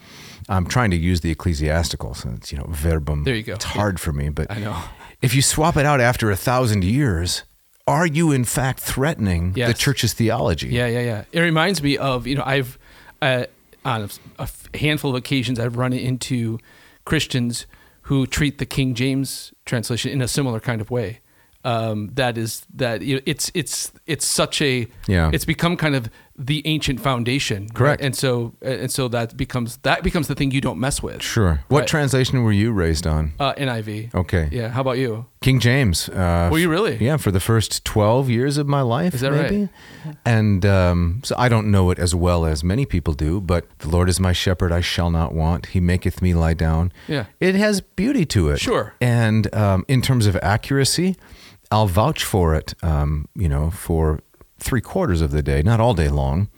A: I'm trying to use the ecclesiastical, so it's you know verbum.
B: There you go.
A: It's hard for me, but
B: I know.
A: If you swap it out after a thousand years, are you in fact threatening the
B: Yes.
A: church's theology?
B: Yeah, yeah, yeah. It reminds me of you know I've uh, on a, a handful of occasions I've run into Christians who treat the King James translation in a similar kind of way. Um, that is that you know, it's it's it's such a
A: Yeah.
B: It's become kind of the ancient foundation, right?
A: Correct.
B: And so and so that becomes that becomes the thing you don't mess with.
A: Sure. What
B: Right.
A: translation were you raised on?
B: Uh, NIV.
A: Okay.
B: Yeah. How about you?
A: King James. Uh,
B: Were you really?
A: Yeah, for the first 12 years of my life.
B: Is that
A: maybe.
B: right?
A: And um, so I don't know it as well as many people do, but the Lord is my shepherd, I shall not want. He maketh me lie down.
B: Yeah.
A: It has beauty to it.
B: Sure.
A: And um, in terms of accuracy, I'll vouch for it, um, you know, for three quarters of the day, not all day long.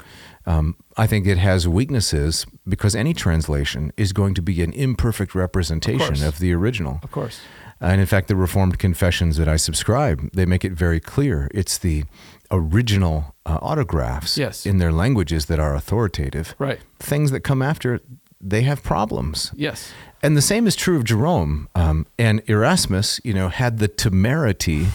A: Um, I think it has weaknesses because any translation is going to be an imperfect representation
B: course.
A: of the original.
B: Of course.
A: And in fact, the Reformed confessions that I subscribe, they make it very clear it's the original uh, autographs
B: Yes.
A: in their languages that are authoritative.
B: Right.
A: Things that come after, they have problems.
B: Yes.
A: And the same is true of Jerome. Um, and Erasmus, you know, had the temerity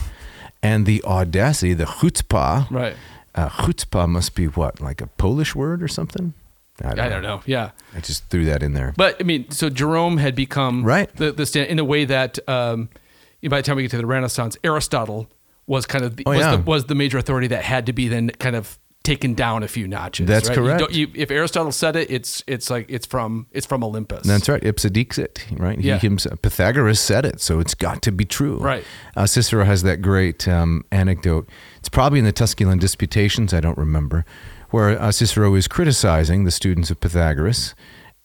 A: and the audacity, the chutzpah.
B: Right.
A: Uh, chutzpah must be what, like a Polish word or something?
B: I don't know. Yeah.
A: I just threw that in there.
B: But I mean, so Jerome had become
A: Right.
B: the, the stand in a way that um, by the time we get to the Renaissance, Aristotle was kind of the,
A: Oh,
B: was,
A: yeah.
B: the, was the major authority that had to be then kind of taken down a few notches.
A: That's
B: right? You
A: correct.
B: don't- you- if Aristotle said it, it's it's like it's from it's from Olympus.
A: That's right. Ipsedixit, right?
B: Yeah.
A: He himself, Pythagoras said it, so it's got to be true.
B: Right.
A: Uh, Cicero has that great um, anecdote. It's probably in the Tusculan Disputations, I don't remember, where uh, Cicero is criticizing the students of Pythagoras.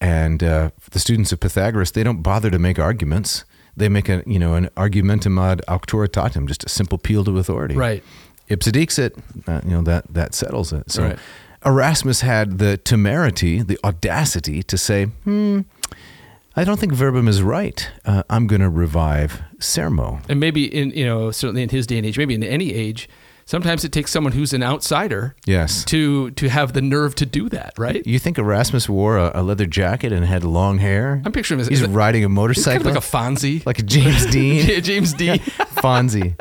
A: And uh, the students of Pythagoras, they don't bother to make arguments. They make a, you know, an argumentum ad auctoritatem, just a simple appeal to authority.
B: Right.
A: Ipsedixit, uh, you know, that, that settles it. So
B: Right.
A: Erasmus had the temerity, the audacity to say, hmm, I don't think verbum is right. Uh, I'm going to revive sermo.
B: and maybe in you know certainly in his day and age, maybe in any age, sometimes it takes someone who's an outsider
A: Yes.
B: to to have the nerve to do that. Right.
A: You think Erasmus wore a, a leather jacket and had long hair?
B: I'm picturing him as-
A: he's
B: as a-
A: riding a
B: He's kind
A: motorcycle,
B: of like a Fonzie,
A: like a James Dean,
B: James D.
A: Fonzie.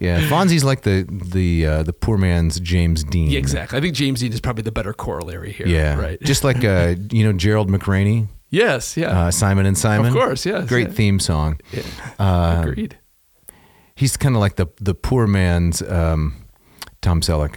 A: Yeah, Fonzie's like the the uh, the poor man's James Dean.
B: Yeah, exactly. I think James Dean is probably the better corollary here.
A: Yeah,
B: Right.
A: Just like uh, you know Gerald McRaney,
B: yes. Yeah.
A: uh, Simon and Simon.
B: Of course, yes,
A: Great
B: yeah.
A: theme song.
B: Uh, Agreed.
A: He's kind of like the the poor man's um, Tom Selleck,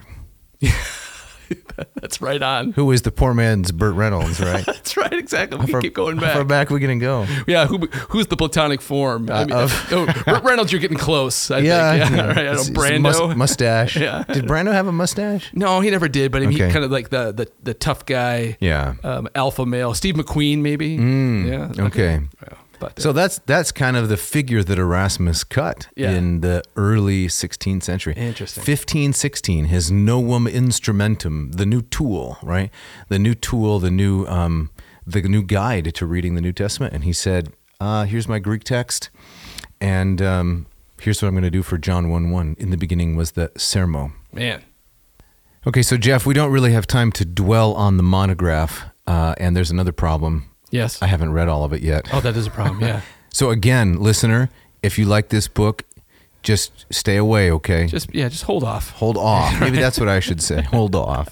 B: That's right on.
A: who is the poor man's Burt Reynolds, right?
B: That's right. Exactly. We
A: How
B: can keep going
A: how far
B: back.
A: back we gonna go?
B: Yeah. Who, who's the platonic form? I mean,
A: of-
B: oh, Burt Reynolds, you're getting close. I Think. Yeah. All right. I
A: It's- it's
B: don't,
A: a
B: Brando.
A: mus- mustache.
B: Yeah.
A: Did Brando have a mustache?
B: no, he never did. But I mean,
A: Okay.
B: he kind of like the the, the tough guy.
A: Yeah.
B: Um, alpha male. Steve McQueen, maybe. yeah.
A: Okay.
B: Yeah, But
A: So that's that's kind of the figure that Erasmus cut
B: Yeah.
A: in the early 16th century.
B: Interesting.
A: 1516, his novum instrumentum, the new tool, right? The new tool, the new um, the new guide to reading the New Testament, and he said, uh, "Here's my Greek text, and um, here's what I'm going to do for John 1 1. In the beginning was the sermo."
B: man,
A: Okay, so Jeff, we don't really have time to dwell on the monograph, uh, and there's another problem.
B: yes.
A: I haven't read all of it yet.
B: oh, that is a problem. Yeah.
A: So again, listener, if you like this book, just stay away, okay?
B: just yeah. Just hold off.
A: hold off. Maybe that's what I should say. Hold off.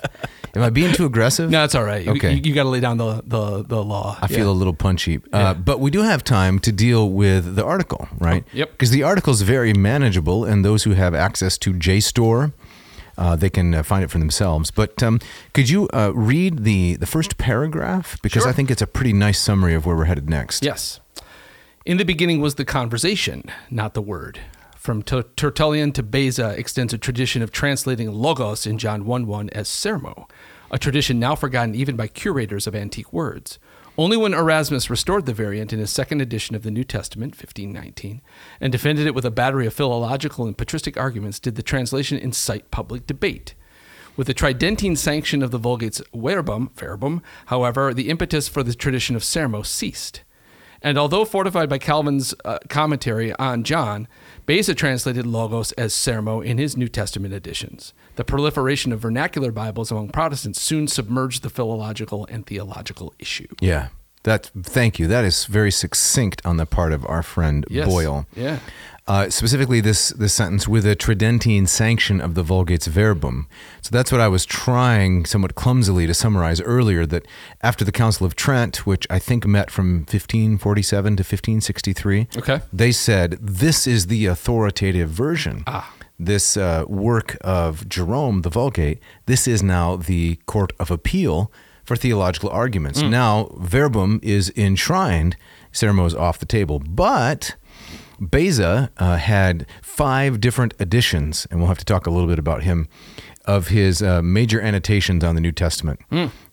A: Am I being too aggressive?
B: No, it's all right. You-
A: Okay.
B: You, got to lay down the, the, the law.
A: I feel a little punchy. Uh, but we do have time to deal with the article, right?
B: Yep.
A: Because the article is very manageable, and those who have access to JSTOR, uh, they can uh, find it for themselves. But um, could you uh, read the, the first paragraph? Because I
B: Sure.
A: think it's a pretty nice summary of where we're headed next.
B: Yes. In the beginning was the conversation, not the word. From Ter- Tertullian to Beza extends a tradition of translating logos in John 1 1 as sermo, a tradition now forgotten even by curators of antique words. Only when Erasmus restored the variant in his second edition of the New Testament, 1519, and defended it with a battery of philological and patristic arguments, did the translation incite public debate. With the Tridentine sanction of the Vulgate's verbum, verbum, however, the impetus for the tradition of Sermo ceased. And although fortified by Calvin's uh, commentary on John, Beza translated Logos as Sermo in his New Testament editions. The proliferation of vernacular Bibles among Protestants soon submerged the philological and theological issue.
A: Yeah. That, thank you. That is very succinct on the part of our friend
B: Yes.
A: Boyle.
B: Yeah.
A: Uh, specifically, this this sentence with a Tridentine sanction of the Vulgate's verbum. So that's what I was trying, somewhat clumsily, to summarize earlier. That after the Council of Trent, which I think met from 1547 to 1563,
B: Okay.
A: they said this is the authoritative version. Ah. This uh, work of Jerome the Vulgate, this is now the court of appeal for theological arguments. Now, verbum is enshrined, Sermo is off the table. But Beza uh, had five different editions, and we'll have to talk a little bit about him, of his uh, major annotations on the New Testament.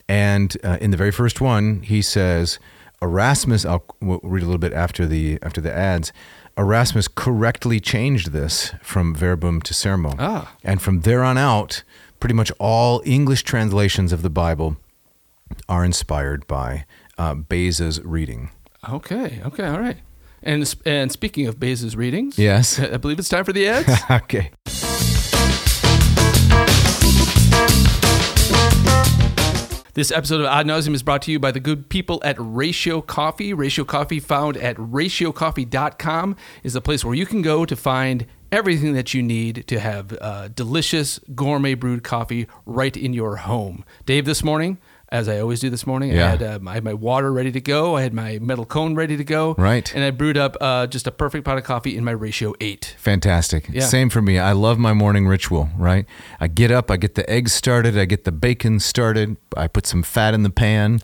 A: And uh, in the very first one, he says, Erasmus, I'll we'll read a little bit after the after the ads. Erasmus correctly changed this from verbum to sermo,
B: Ah.
A: and from there on out, pretty much all English translations of the Bible are inspired by uh, Beza's reading.
B: Okay. Okay. All right. And sp- and speaking of Beza's readings,
A: Yes.
B: I believe it's time for the ads.
A: okay.
B: This episode of Ad Nauseum is brought to you by the good people at Ratio Coffee. Ratio Coffee, found at ratiocoffee.com, is the place where you can go to find everything that you need to have uh, delicious gourmet brewed coffee right in your home. Dave, this morning, as I always do this morning, I,
A: Yeah.
B: had, uh, I had my water ready to go, I had my metal cone ready to go.
A: Right.
B: And I brewed up uh, just a perfect pot of coffee in my Ratio 8.
A: Fantastic.
B: Yeah.
A: Same for me. I love my morning ritual, right? I get up, I get the eggs started, I get the bacon started, I put some fat in the pan.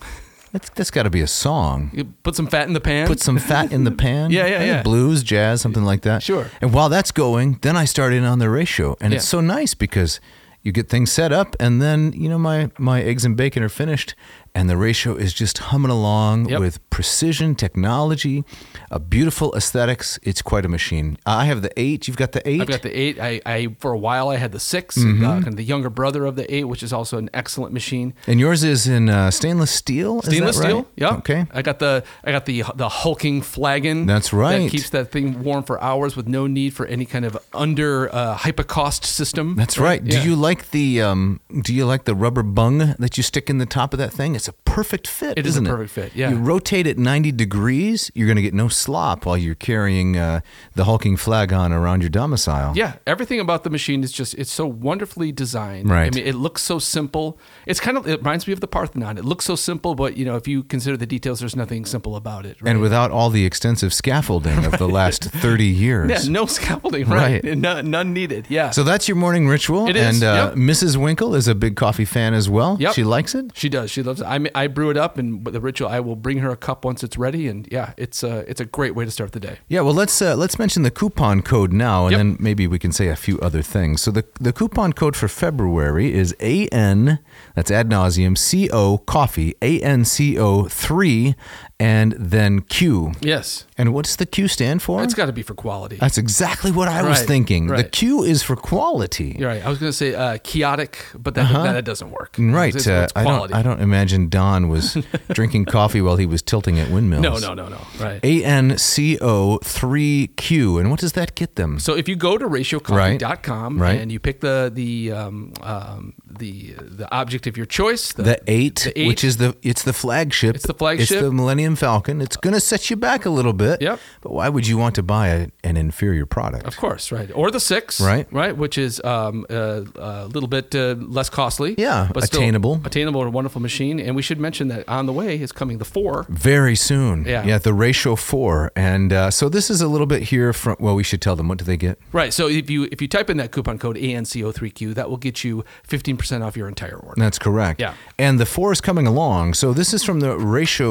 A: That's, that's got to be a song.
B: You put some fat in the pan.
A: Put some fat in the pan.
B: Yeah, yeah,
A: Eh,
B: yeah.
A: Blues, jazz, something like that.
B: Sure.
A: And while that's going, then I start in on the ratio. And it's
B: Yeah.
A: so nice because you get things set up and then, you know, my, my eggs and bacon are finished and the ratio is just humming along
B: Yep.
A: with precision, technology, a beautiful aesthetics. It's quite a machine. I have the eight. You've got the 8
B: I've got the eight. I, I for a while I had the 6 uh, kind of the younger brother of the eight, which is also an excellent machine.
A: And yours is in uh, stainless steel. is that
B: Stainless
A: right?
B: steel. Yeah.
A: Okay.
B: I got the I got the the hulking flagon.
A: That's
B: That
A: right.
B: keeps that thing warm for hours with no need for any kind of under uh, hypercost system.
A: That's right. Do
B: Yeah.
A: you like the um, Do you like the rubber bung that you stick in the top of that thing? It's a perfect fit.
B: It is a
A: isn't
B: perfect fit, yeah.
A: You rotate it ninety degrees. You're going to get no slop while you're carrying uh, the hulking flagon around your domicile.
B: Yeah, everything about the machine is just it's so wonderfully designed.
A: Right.
B: I mean, it looks so simple. It's kind of it reminds me of the Parthenon. It looks so simple, but you know, if you consider the details, there's nothing simple about it. Right?
A: And without all the extensive scaffolding of the last thirty years.
B: yeah, no scaffolding, right?
A: Right.
B: None, none needed. Yeah.
A: So that's your morning ritual.
B: It is,
A: And uh,
B: yep.
A: Mrs. Winkle is a big coffee fan as well.
B: Yep.
A: She likes it.
B: She does. She loves it. I, ma- I brew it up, and with the ritual, I will bring her a cup once it's ready. And yeah, it's a it's a great way to start the day.
A: Yeah, well, let's uh, let's mention the coupon code now, and
B: Yep.
A: then maybe we can say a few other things. So the the coupon code for February is AN. That's ad nauseum C O coffee A N C O three, and then Q.
B: Yes,
A: And what's the Q stand for?
B: it's got to be for quality.
A: That's exactly what I was
B: Right,
A: thinking. The
B: right.
A: Q is for quality.
B: You're right. I was going to say uh, chaotic, but that, that doesn't work.
A: Uh-huh. Right.
B: It's,
A: uh,
B: it's
A: I don't.
B: quality.
A: I don't imagine Captain Don was drinking coffee while he was tilting at windmills.
B: No, no, no, no. Right.
A: ANCO3Q. And what does that get them?
B: So if you go to ratiocoffee.com
A: Right.
B: and you pick the the um, um, the the object of your choice, the,
A: The eight,
B: the eight.
A: which is the it's the flagship.
B: It's the flagship.
A: It's the Millennium Falcon. It's gonna set you back a little bit.
B: Yep.
A: But why would you want to buy a, an inferior product?
B: of course, right, or the six,
A: Right.
B: right, which is um, uh, a little bit uh, less costly,
A: Yeah,
B: still
A: attainable.
B: attainable, and a wonderful machine. And we should mention that on the way is coming the four.
A: Very soon.
B: Yeah.
A: Yeah. The ratio four, and uh, so this is a little bit here from. Well, we should tell them what do they get.
B: Right. So if you if you type in that coupon code ANC03Q, that will get you 15% off your entire order.
A: That's correct.
B: Yeah.
A: And the four is coming along. So this is from the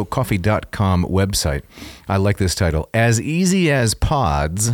A: ratiocoffee.com website. I like this title. As easy as pods,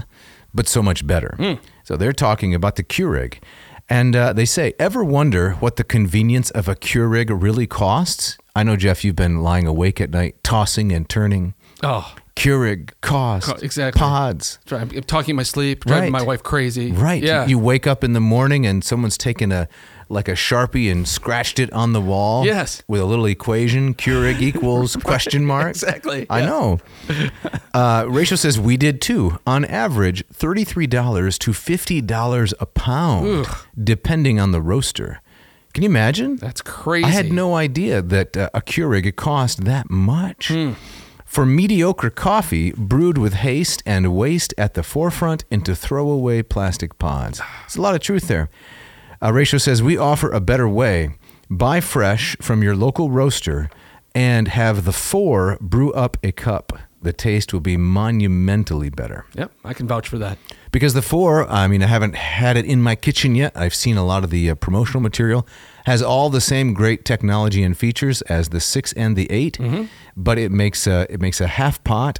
A: but so much better.
B: Hmm.
A: So they're talking about the Keurig. And uh, they say, ever wonder what the convenience of a Keurig really costs? I know, Jeff, you've been lying awake at night, tossing and turning.
B: Oh,
A: Keurig cost.
B: Co- exactly.
A: Pods.
B: sorry, I'm, I'm talking in my sleep,
A: Right.
B: driving my wife crazy.
A: Right. You-
B: Yeah.
A: You wake up in the morning and someone's taken a like a sharpie and scratched it on the wall.
B: Yes.
A: With a little equation, Keurig equals question mark.
B: exactly,
A: I
B: yeah.
A: know. Uh, Rachel says we did too. On average, thirty-three dollars to fifty dollars a pound, depending on the roaster. Can you imagine?
B: That's crazy.
A: I had no idea that uh, a Keurig cost that much. For mediocre coffee brewed with haste and waste at the forefront into throwaway plastic pods. There's a lot of truth there. Uh, Ratio says we offer a better way. Buy fresh from your local roaster and have the four brew up a cup. The taste will be monumentally better.
B: Yep, I can vouch for that.
A: Because the four, I mean, I haven't had it in my kitchen yet. I've seen a lot of the uh, promotional material, has all the same great technology and features as the six and the 8 but it makes a it makes a half pot,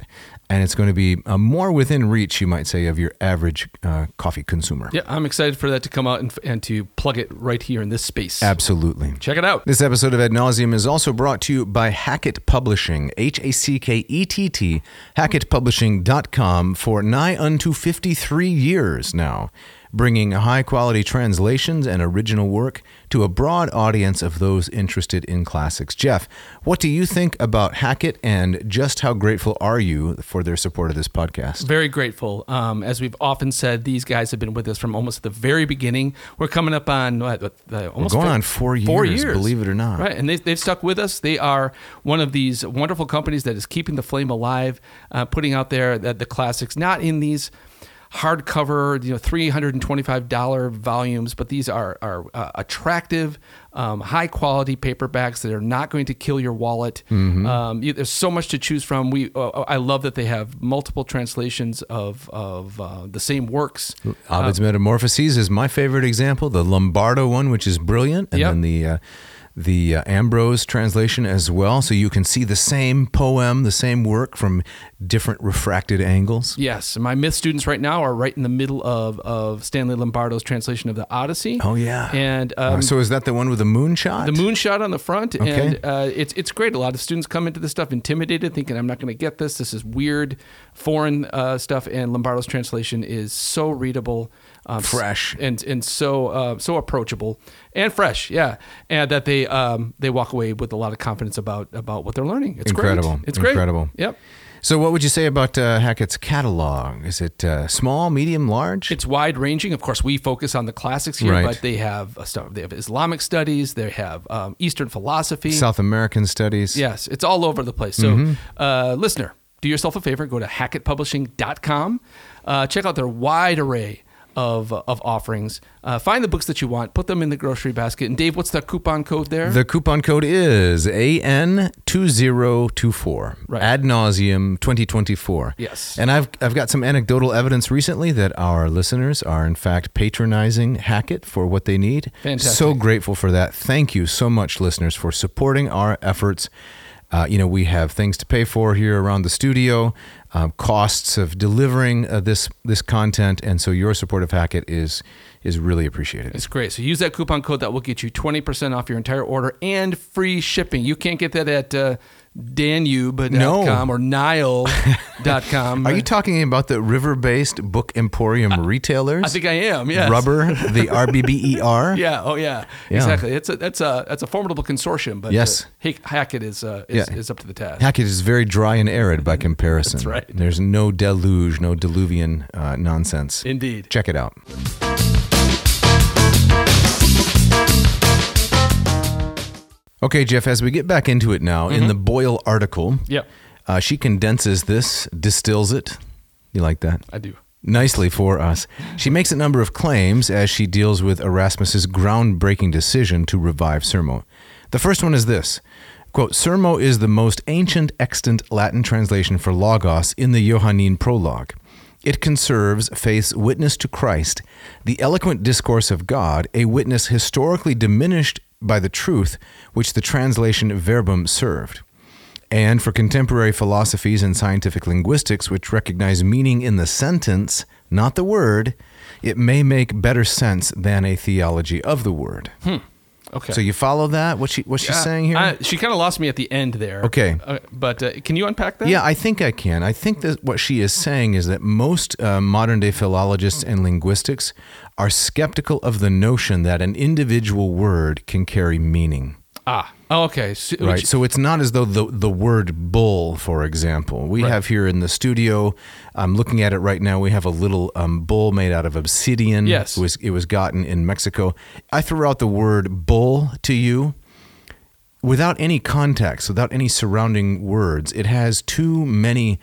A: and it's going to be uh, more within reach, you might say, of your average uh, coffee consumer.
B: Yeah, I'm excited for that to come out and, and to plug it right here in this space.
A: Absolutely.
B: Check it out.
A: This episode of Ad Nauseum is also brought to you by Hackett Publishing, H A C K E T T, hackettpublishing.com for nigh unto 53 years now, bringing high quality translations and original work to a broad audience of those interested in classics. Jeff, what do you think about Hackett and just how grateful are you for their support of this podcast?
B: Very grateful. Um, as we've often said, these guys have been with us from almost the very beginning. We're coming up on what, what, uh, almost
A: going
B: four-
A: on four years, believe it or not.
B: Right, and they, they've stuck with us. They are one of these wonderful companies that is keeping the flame alive, uh, putting out there that the classics, not in these hardcover, you know, three hundred and twenty-five dollar volumes, but these are are uh, attractive, um, high quality paperbacks that are not going to kill your wallet.
A: Mm-hmm.
B: Um, you, there's so much to choose from. We, uh, I love that they have multiple translations of of uh, the same works.
A: Ovid's Metamorphoses is my favorite example. The Lombardo one, which is brilliant, and
B: Yep.
A: then the uh, the uh, Ambrose translation as well. So you can see the same poem, the same work from different refracted angles.
B: Yes, and my myth students right now are right in the middle of, of Stanley Lombardo's translation of the Odyssey.
A: Oh yeah.
B: and
A: Uh,
B: um,
A: so is that the one with the moonshot?
B: the moonshot on the front,
A: Okay.
B: and uh, it's it's great. A lot of students come into this stuff intimidated, thinking I'm not going to get this. This is weird, foreign uh, stuff. And Lombardo's translation is so readable, um,
A: Fresh.
B: and and so uh, so approachable and fresh. Yeah, and that they um, they walk away with a lot of confidence about about what they're learning. It's
A: Incredible.
B: Great. It's great.
A: Incredible.
B: Yep.
A: So what would you say about uh, Hackett's catalog? Is it uh, small, medium, large?
B: It's wide ranging. Of course, we focus on the classics here,
A: Right.
B: but they have uh, stuff. They have Islamic studies. They have um, Eastern philosophy.
A: South American studies.
B: Yes, it's all over the place. So,
A: Mm-hmm.
B: uh, listener, do yourself a favor. Go to hackettpublishing.com. Uh, check out their wide array of, of offerings. Uh, find the books that you want. Put them in the grocery basket. And Dave, what's the coupon code there?
A: The coupon code is AN2024.
B: Right.
A: Ad nauseum 2024.
B: Yes.
A: And I've I've got some anecdotal evidence recently that our listeners are in fact patronizing Hackett for what they need.
B: Fantastic.
A: So grateful for that. Thank you so much, listeners, for supporting our efforts. Uh, you know, we have things to pay for here around the studio, um, costs of delivering uh, this this content, and so your support of Hackett is is really appreciated.
B: It's great. So use that coupon code that will get you 20% off your entire order and free shipping. You can't get that at uh, danube.com
A: No.
B: or nile.com.
A: Are you talking about the river-based book emporium retailers?
B: I think I am, yes.
A: Rubber, the RBBER.
B: Yeah. Oh, yeah.
A: Yeah.
B: Exactly. It's a that's a that's a formidable consortium, but
A: Yes.
B: uh, Hick- Hackett is uh, is,
A: Yeah.
B: is up to the task.
A: Hackett is very dry and arid by comparison.
B: That's right.
A: There's no deluge, no diluvian uh, nonsense.
B: Indeed.
A: Check it out. Okay, Jeff, as we get back into it now, in the Boyle article,
B: Mm-hmm. Yep.
A: uh, she condenses this, distills it. You like that?
B: I do.
A: nicely for us. She makes a number of claims as she deals with Erasmus's groundbreaking decision to revive Sermo. The first one is this. Quote, Sermo is the most ancient extant Latin translation for Logos in the Johannine Prologue. It conserves faith's witness to Christ, the eloquent discourse of God, a witness historically diminished by the truth which the translation verbum served and for contemporary philosophies and scientific linguistics which recognize meaning in the sentence, not the word, it may make better sense than a theology of the word.
B: Okay.
A: So you follow that? What she what she's
B: Uh,
A: saying here?
B: I- she kind of lost me at the end there.
A: Okay.
B: Uh, but uh, can you unpack that?
A: yeah, I think I can. I think that what she is saying is that most uh, modern day philologists and linguistics are skeptical of the notion that an individual word can carry meaning.
B: Ah. Oh, okay. So,
A: Right. So it's not as though the the word bull, for example, we have here in the studio. I'm looking at it right now. We have a little um, bull made out of obsidian.
B: Yes.
A: It was it was gotten in Mexico. I threw out the word bull to you without any context, without any surrounding words. It has too many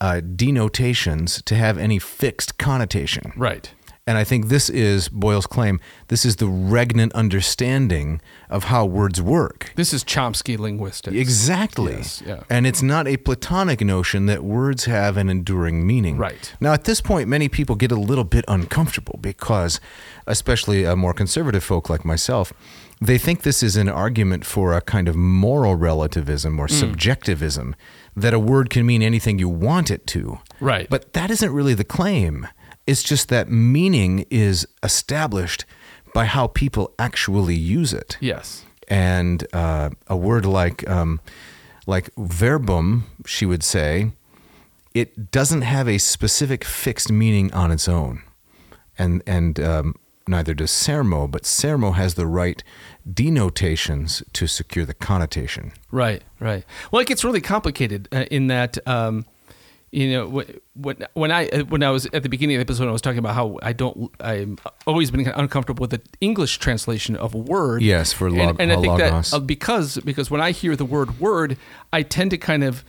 A: uh, denotations to have any fixed connotation.
B: Right.
A: And I think this is Boyle's claim. This is the regnant understanding of how words work.
B: This is Chomsky linguistics.
A: Exactly.
B: Yes, yeah.
A: And it's not a platonic notion that words have an enduring meaning.
B: Right.
A: Now, at this point, many people get a little bit uncomfortable because, especially uh, more conservative folk like myself, they think this is an argument for a kind of moral relativism or
B: Mm.
A: subjectivism that a word can mean anything you want it to.
B: Right.
A: But that isn't really the claim. It's just that meaning is established by how people actually use it
B: Yes.
A: and uh, a word like um, like verbum, she would say, it doesn't have a specific fixed meaning on its own, and and um, neither does sermo, but sermo has the right denotations to secure the connotation.
B: Right, right. Well, it gets really complicated uh, in that, um, you know, wh- when when I uh, when I was at the beginning of the episode, I was talking about how I don't I'm always been uncomfortable with the English translation of a word.
A: Yes, for
B: And-
A: log-
B: and, I think
A: logos.
B: that uh, because because when I hear the word word, I tend to kind of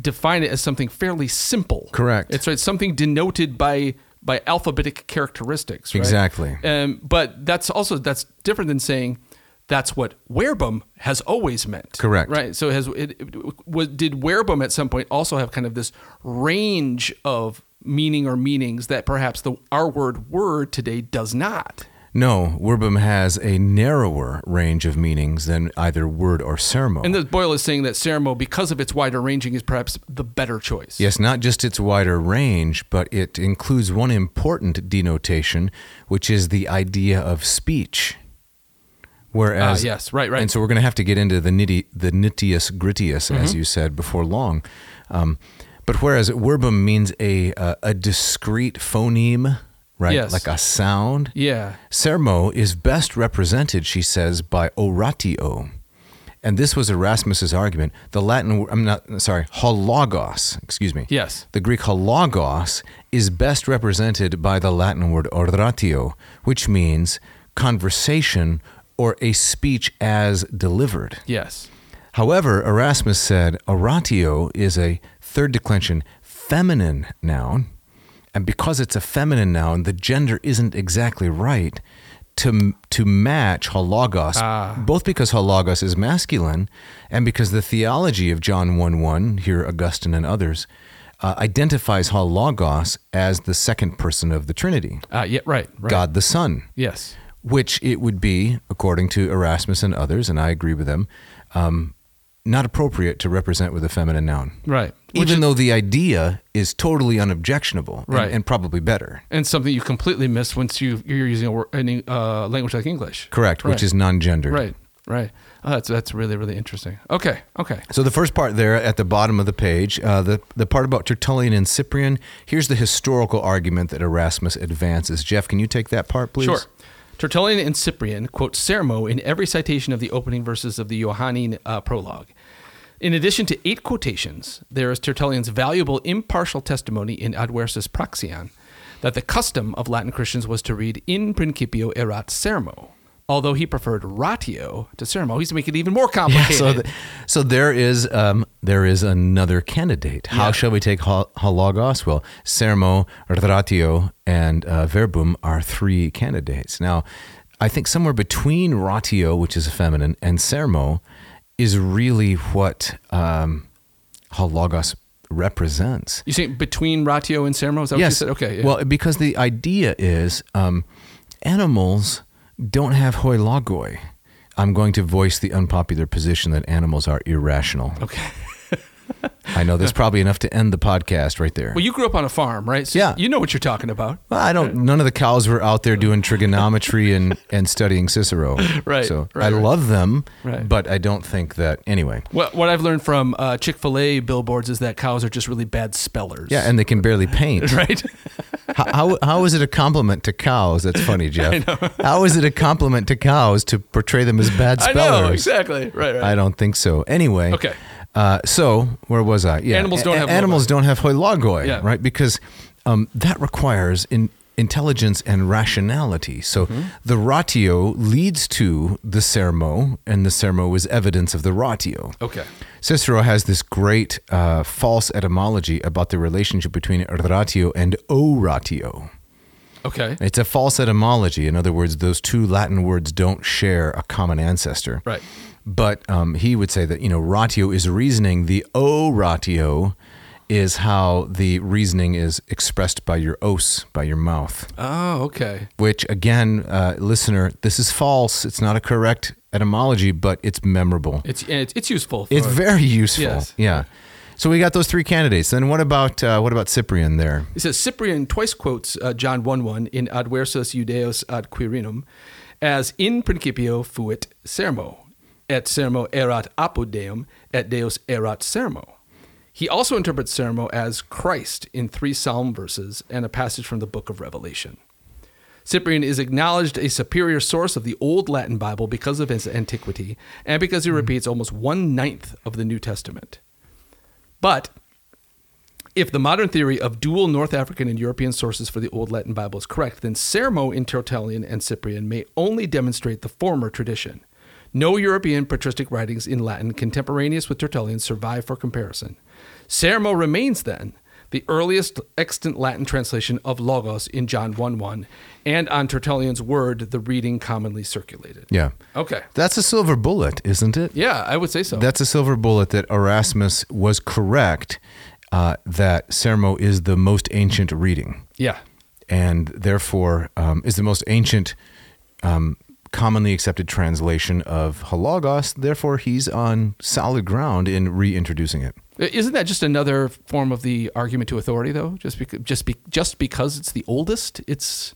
B: define it as something fairly simple.
A: Correct.
B: It's it's something denoted by by alphabetic characteristics. right?
A: Exactly.
B: Um, but that's also that's different than saying that's what verbum has always meant.
A: Correct.
B: Right. So has it, it was, did verbum at some point also have kind of this range of meaning or meanings that perhaps the our word word today does not.
A: No, verbum has a narrower range of meanings than either word or sermo.
B: And the Boyle is saying that Ceramo, because of its wider ranging, is perhaps the better choice.
A: Yes, not just its wider range, but it includes one important denotation, which is the idea of speech. Whereas,
B: Ah, yes, right, right.
A: And so we're going to have to get into the nitty, the nittius grittius,
B: Mm-hmm.
A: as you said before long. Um, but whereas verbum means a uh, a discrete phoneme, right,
B: Yes.
A: like a sound.
B: Yeah.
A: Sermo is best represented, she says, by oratio. And this was Erasmus's argument. The Latin, I'm not, sorry, hologos, excuse me.
B: Yes.
A: The Greek hologos is best represented by the Latin word oratio, which means conversation or a speech as delivered.
B: Yes.
A: However, Erasmus said oratio is a third declension feminine noun, and because it's a feminine noun, the gender isn't exactly right to to match hologos. Both because hologos is masculine, and because the theology of John one one here Augustine and others uh, identifies hologos as the second person of the Trinity,
B: Uh, yeah. Right. Right.
A: God the Son
B: Yes.
A: which it would be, according to Erasmus and others, and I agree with them, um, not appropriate to represent with a feminine noun.
B: Right. Which
A: Even though the idea is totally unobjectionable and-
B: Right.
A: and, probably better.
B: and something you completely miss once you you're using a wor- any uh, language like English.
A: Correct,
B: Right.
A: which is non gendered.
B: Right. Right. Oh, that's that's really really interesting. Okay. Okay.
A: So the first part there at the bottom of the page, uh, the the part about Tertullian and Cyprian. Here's the historical argument that Erasmus advances. Jeff, can you take that part, please?
B: Sure. Tertullian and Cyprian quote Sermo in every citation of the opening verses of the Johannine uh, prologue. In addition to eight quotations, there is Tertullian's valuable impartial testimony in Adversus Praxian that the custom of Latin Christians was to read in principio erat sermo, although he preferred ratio to sermo. He's making it even more complicated.
A: So, th- so there is um, there is another candidate. How shall we take ho- hologos? Well, sermo, ratio, and uh, verbum are three candidates. Now, I think somewhere between ratio, which is a feminine, and sermo, is really what um, hologos represents.
B: you saying between ratio and sermo? Is that
A: yes.
B: what you said? Okay. yeah.
A: Well, because the idea is um, animals don't have hoi logoi. I'm going to voice the unpopular position that animals are irrational.
B: okay.
A: I know that's probably enough to end the podcast right there.
B: Well, you grew up on a farm, right? So
A: Yeah.
B: You know what you're talking about.
A: Well, I don't. None of the cows were out there doing trigonometry and, and studying Cicero.
B: Right,
A: So
B: right,
A: I
B: right.
A: love them,
B: Right.
A: but I don't think that anyway.
B: What, what I've learned from uh, Chick fil A billboards is that cows are just really bad spellers.
A: Yeah, and they can barely paint.
B: right?
A: how, how, how is it a compliment to cows? That's funny, Jeff. How is it a compliment to cows to portray them as bad
B: I
A: spellers?
B: know, exactly. Right, right.
A: I don't think so. Anyway.
B: Okay.
A: Uh, so where was I? Yeah.
B: Animals don't have
A: animals
B: logoi.
A: don't have hoi logoi,
B: Yeah.
A: right? Because um, that requires in intelligence and rationality. So
B: Mm-hmm.
A: the ratio leads to the sermo, and the sermo is evidence of the ratio.
B: okay.
A: Cicero has this great uh, false etymology about the relationship between ratio and oratio.
B: Okay.
A: It's a false etymology. In other words, those two Latin words don't share a common ancestor.
B: Right.
A: But um, he would say that, you know, ratio is reasoning. The o ratio is how the reasoning is expressed by your os, by your mouth,
B: Oh, okay.
A: which again, uh, listener, this is false. It's not a correct etymology, but it's memorable.
B: It's and it's, it's useful. For,
A: It's very useful.
B: Yes.
A: Yeah. So we got those three candidates. Then what about uh, what about Cyprian there?
B: it says Cyprian twice quotes uh, John 1 1 in Adversus Judeos ad Quirinum as in principio fuit sermo, et sermo erat apud Deum, et Deus erat sermo. He also interprets sermo as Christ in three psalm verses and a passage from the book of Revelation. Cyprian is acknowledged a superior source of the Old Latin Bible because of his antiquity and because he repeats almost one ninth of the New Testament. But if the modern theory of dual North African and European sources for the Old Latin Bible is correct, then Sermo in Tertullian and Cyprian may only demonstrate the former tradition. No European patristic writings in Latin contemporaneous with Tertullian survive for comparison. Sermo remains, then, the earliest extant Latin translation of Logos in John 1 1, and on Tertullian's word, the reading commonly circulated.
A: Yeah.
B: Okay.
A: That's a silver bullet, isn't it?
B: Yeah, I would say so.
A: That's a silver bullet that Erasmus was correct uh, that Sermo is the most ancient reading
B: yeah.
A: and therefore um, is the most ancient um, commonly accepted translation of Halagos. Therefore, he's on solid ground in reintroducing it.
B: Isn't that just another form of the argument to authority, though? Just because, just be, just because it's the oldest, it's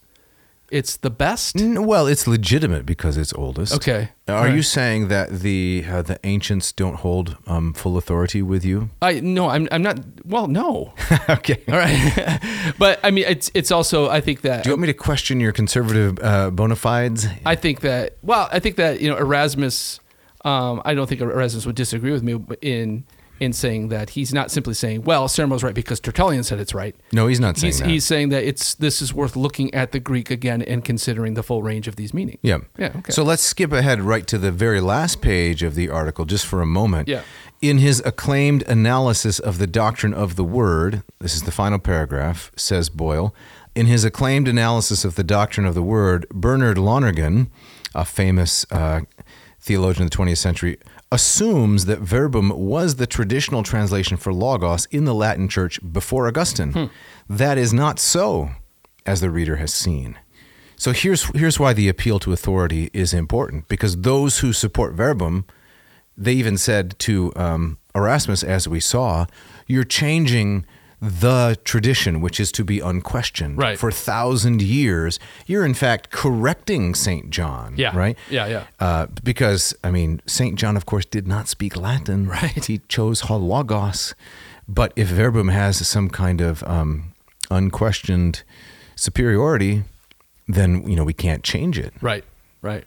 B: it's the best.
A: N- Well, it's legitimate because it's oldest.
B: Okay.
A: Are you saying that the uh, the ancients don't hold um, full authority with you?
B: I no, I'm I'm not. Well, no.
A: okay.
B: All right, but I mean, it's it's also I think that
A: Do you want me to question your conservative uh, bona fides?
B: I think that well, I think that you know Erasmus. Um, I don't think Erasmus would disagree with me in in saying that he's not simply saying, well, Cermo's right because Tertullian said it's right.
A: No, he's not saying
B: He's,
A: that.
B: he's saying that it's this is worth looking at the Greek again and considering the full range of these meanings.
A: Yeah.
B: Yeah. Okay.
A: So let's skip ahead right to the very last page of the article just for a moment.
B: Yeah.
A: In his acclaimed analysis of the doctrine of the word, this is the final paragraph, says Boyle. In his acclaimed analysis of the doctrine of the word, Bernard Lonergan, a famous uh, theologian of the 20th century, assumes that verbum was the traditional translation for logos in the Latin church before Augustine.
B: Hmm.
A: That is not so, as the reader has seen. So here's here's why the appeal to authority is important because those who support verbum they even said to um, Erasmus, as we saw, you're changing the tradition, which is to be unquestioned
B: Right.
A: for thousand years. You're in fact correcting Saint John.
B: Yeah.
A: Right.
B: Yeah, yeah.
A: Uh, because I mean, Saint John, of course, did not speak Latin. Right. He chose Hologos, but if verbum has some kind of um, unquestioned superiority, then you know we can't change it.
B: Right. Right.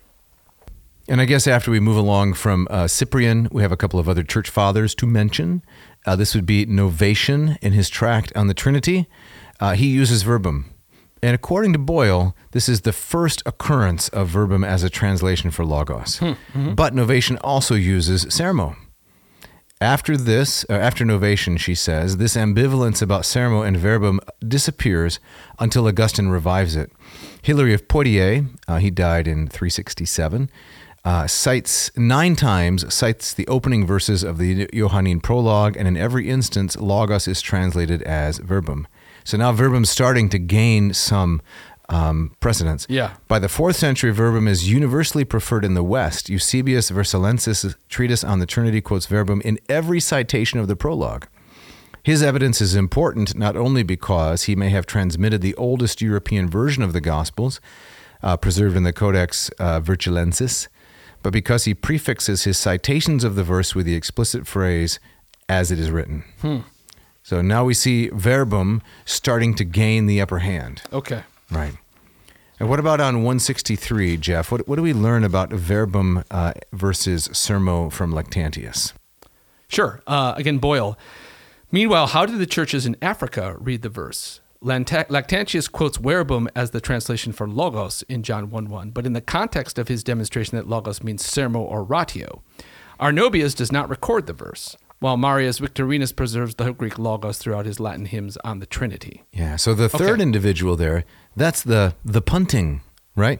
A: And I guess after we move along from uh, Cyprian, we have a couple of other church fathers to mention. Uh, this would be Novation in his tract on the Trinity. Uh, he uses verbum. And according to Boyle, this is the first occurrence of verbum as a translation for logos. But Novation also uses sermo. After this, uh, after Novation, she says, this ambivalence about Sermo and Verbum disappears until Augustine revives it. Hilary of Poitiers, uh, he died in 367, uh, cites nine times, cites the opening verses of the Johannine prologue, and in every instance, Logos is translated as Verbum. So now Verbum's starting to gain some um, precedence.
B: Yeah.
A: By the fourth century, verbum is universally preferred in the West. Eusebius Vercellensis' treatise on the Trinity quotes verbum in every citation of the prologue. His evidence is important not only because he may have transmitted the oldest European version of the Gospels, uh, preserved in the Codex uh, Vercellensis, but because he prefixes his citations of the verse with the explicit phrase, as it is written. So now we see verbum starting to gain the upper hand.
B: Okay.
A: Right. And what about on 163, Jeff? What, what do we learn about verbum uh, versus sermo from Lactantius?
B: Sure. Uh, again, Boyle. Meanwhile, how did the churches in Africa read the verse? Lanta- Lactantius quotes verbum as the translation for logos in John 1 1, but in the context of his demonstration that logos means sermo or ratio, Arnobius does not record the verse, while Marius Victorinus preserves the Greek logos throughout his Latin hymns on the Trinity.
A: Yeah. So the third
B: Okay.
A: individual there, that's the the punting, right?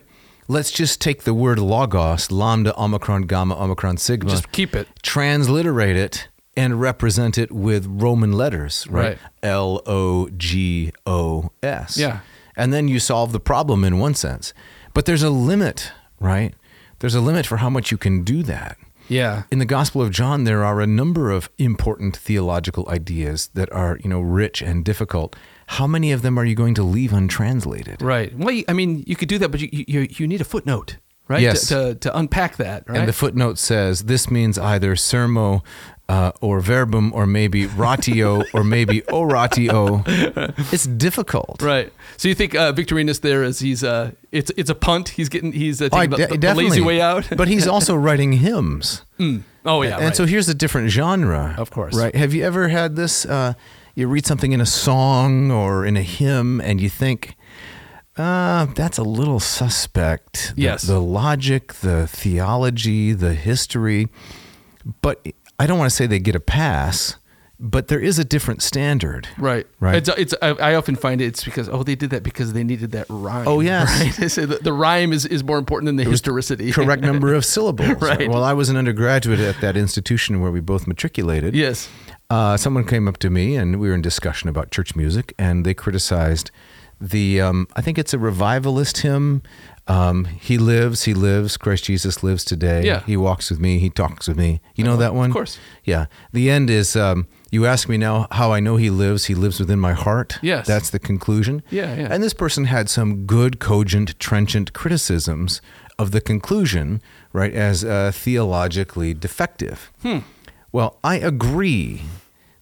A: Let's just take the word logos, lambda, omicron, gamma, omicron, sigma.
B: Just keep it.
A: Transliterate it and represent it with Roman letters, right?
B: Right.
A: L O G O S.
B: Yeah.
A: And then you solve the problem in one sense. But there's a limit, right? There's a limit for how much you can do that.
B: Yeah.
A: In the Gospel of John, there are a number of important theological ideas that are, you know, rich and difficult. How many of them are you going to leave untranslated?
B: Right. Well, you- I mean, you could do that, but you, you, you need a footnote, right?
A: Yes.
B: To, to, to unpack that, right?
A: And the footnote says this means either sermo uh, or verbum or maybe ratio or maybe oratio. It's difficult.
B: Right. So you think uh, Victorinus there is he's uh it's it's a punt. He's getting he's uh,
A: Oh, I
B: taking the,
A: de-
B: the- the
A: definitely.
B: lazy way out.
A: but he's also writing hymns.
B: oh yeah.
A: and
B: right.
A: so here's a different genre.
B: Of course.
A: Right. Have you ever had this? Uh, you read something in a song or in a hymn and you think, uh, that's a little suspect. The-
B: Yes.
A: The logic, the theology, the history. But I don't want to say they get a pass, but there is a different standard.
B: right.
A: Right.
B: It's it's I, I often find it's because oh they did that because they needed that rhyme.
A: Oh, yes.
B: Right. so the, the rhyme is, is more important than the historicity.
A: Correct number of syllables.
B: Right.
A: Well, I was an undergraduate at that institution where we both matriculated.
B: yes.
A: uh, someone came up to me and we were in discussion about church music and they criticized the um, i think it's a revivalist hymn um, he lives he lives christ jesus lives today
B: Yeah.
A: he walks with me he talks with me you know that one
B: course.
A: yeah the end is um, you ask me now how i know he lives he lives within my heart
B: Yes.
A: that's the conclusion
B: Yeah, yeah.
A: and this person had some good cogent trenchant criticisms of the conclusion right as uh, theologically defective well, I agree.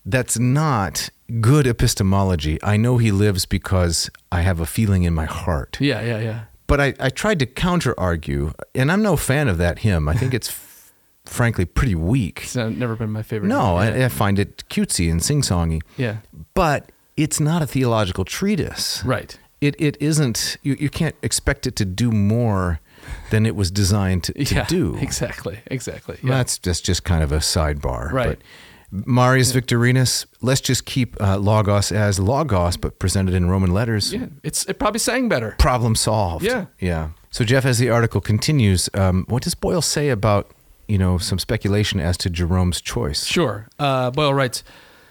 A: That's not good epistemology. I know he lives because I have a feeling in my heart.
B: Yeah. Yeah. Yeah.
A: But I, I tried to counter argue, and I'm no fan of that hymn. I think it's f- frankly pretty weak.
B: It's not, never been my favorite.
A: No,
B: Yeah.
A: I, I find it cutesy and sing songy.
B: Yeah.
A: But it's not a theological treatise.
B: Right.
A: It, it isn't, you, you can't expect it to do more than it was designed to, to
B: yeah.
A: do.
B: Exactly. Exactly. Yeah.
A: That's that's just kind of a sidebar.
B: Right.
A: But Marius Victorinus, let's just keep uh, Logos as Logos, but presented in Roman letters.
B: yeah. It's it probably sang better.
A: Problem solved.
B: Yeah.
A: Yeah. So, Jeff, as the article continues, um, what does Boyle say about, you know, some speculation as to Jerome's choice?
B: Sure. Uh, Boyle writes,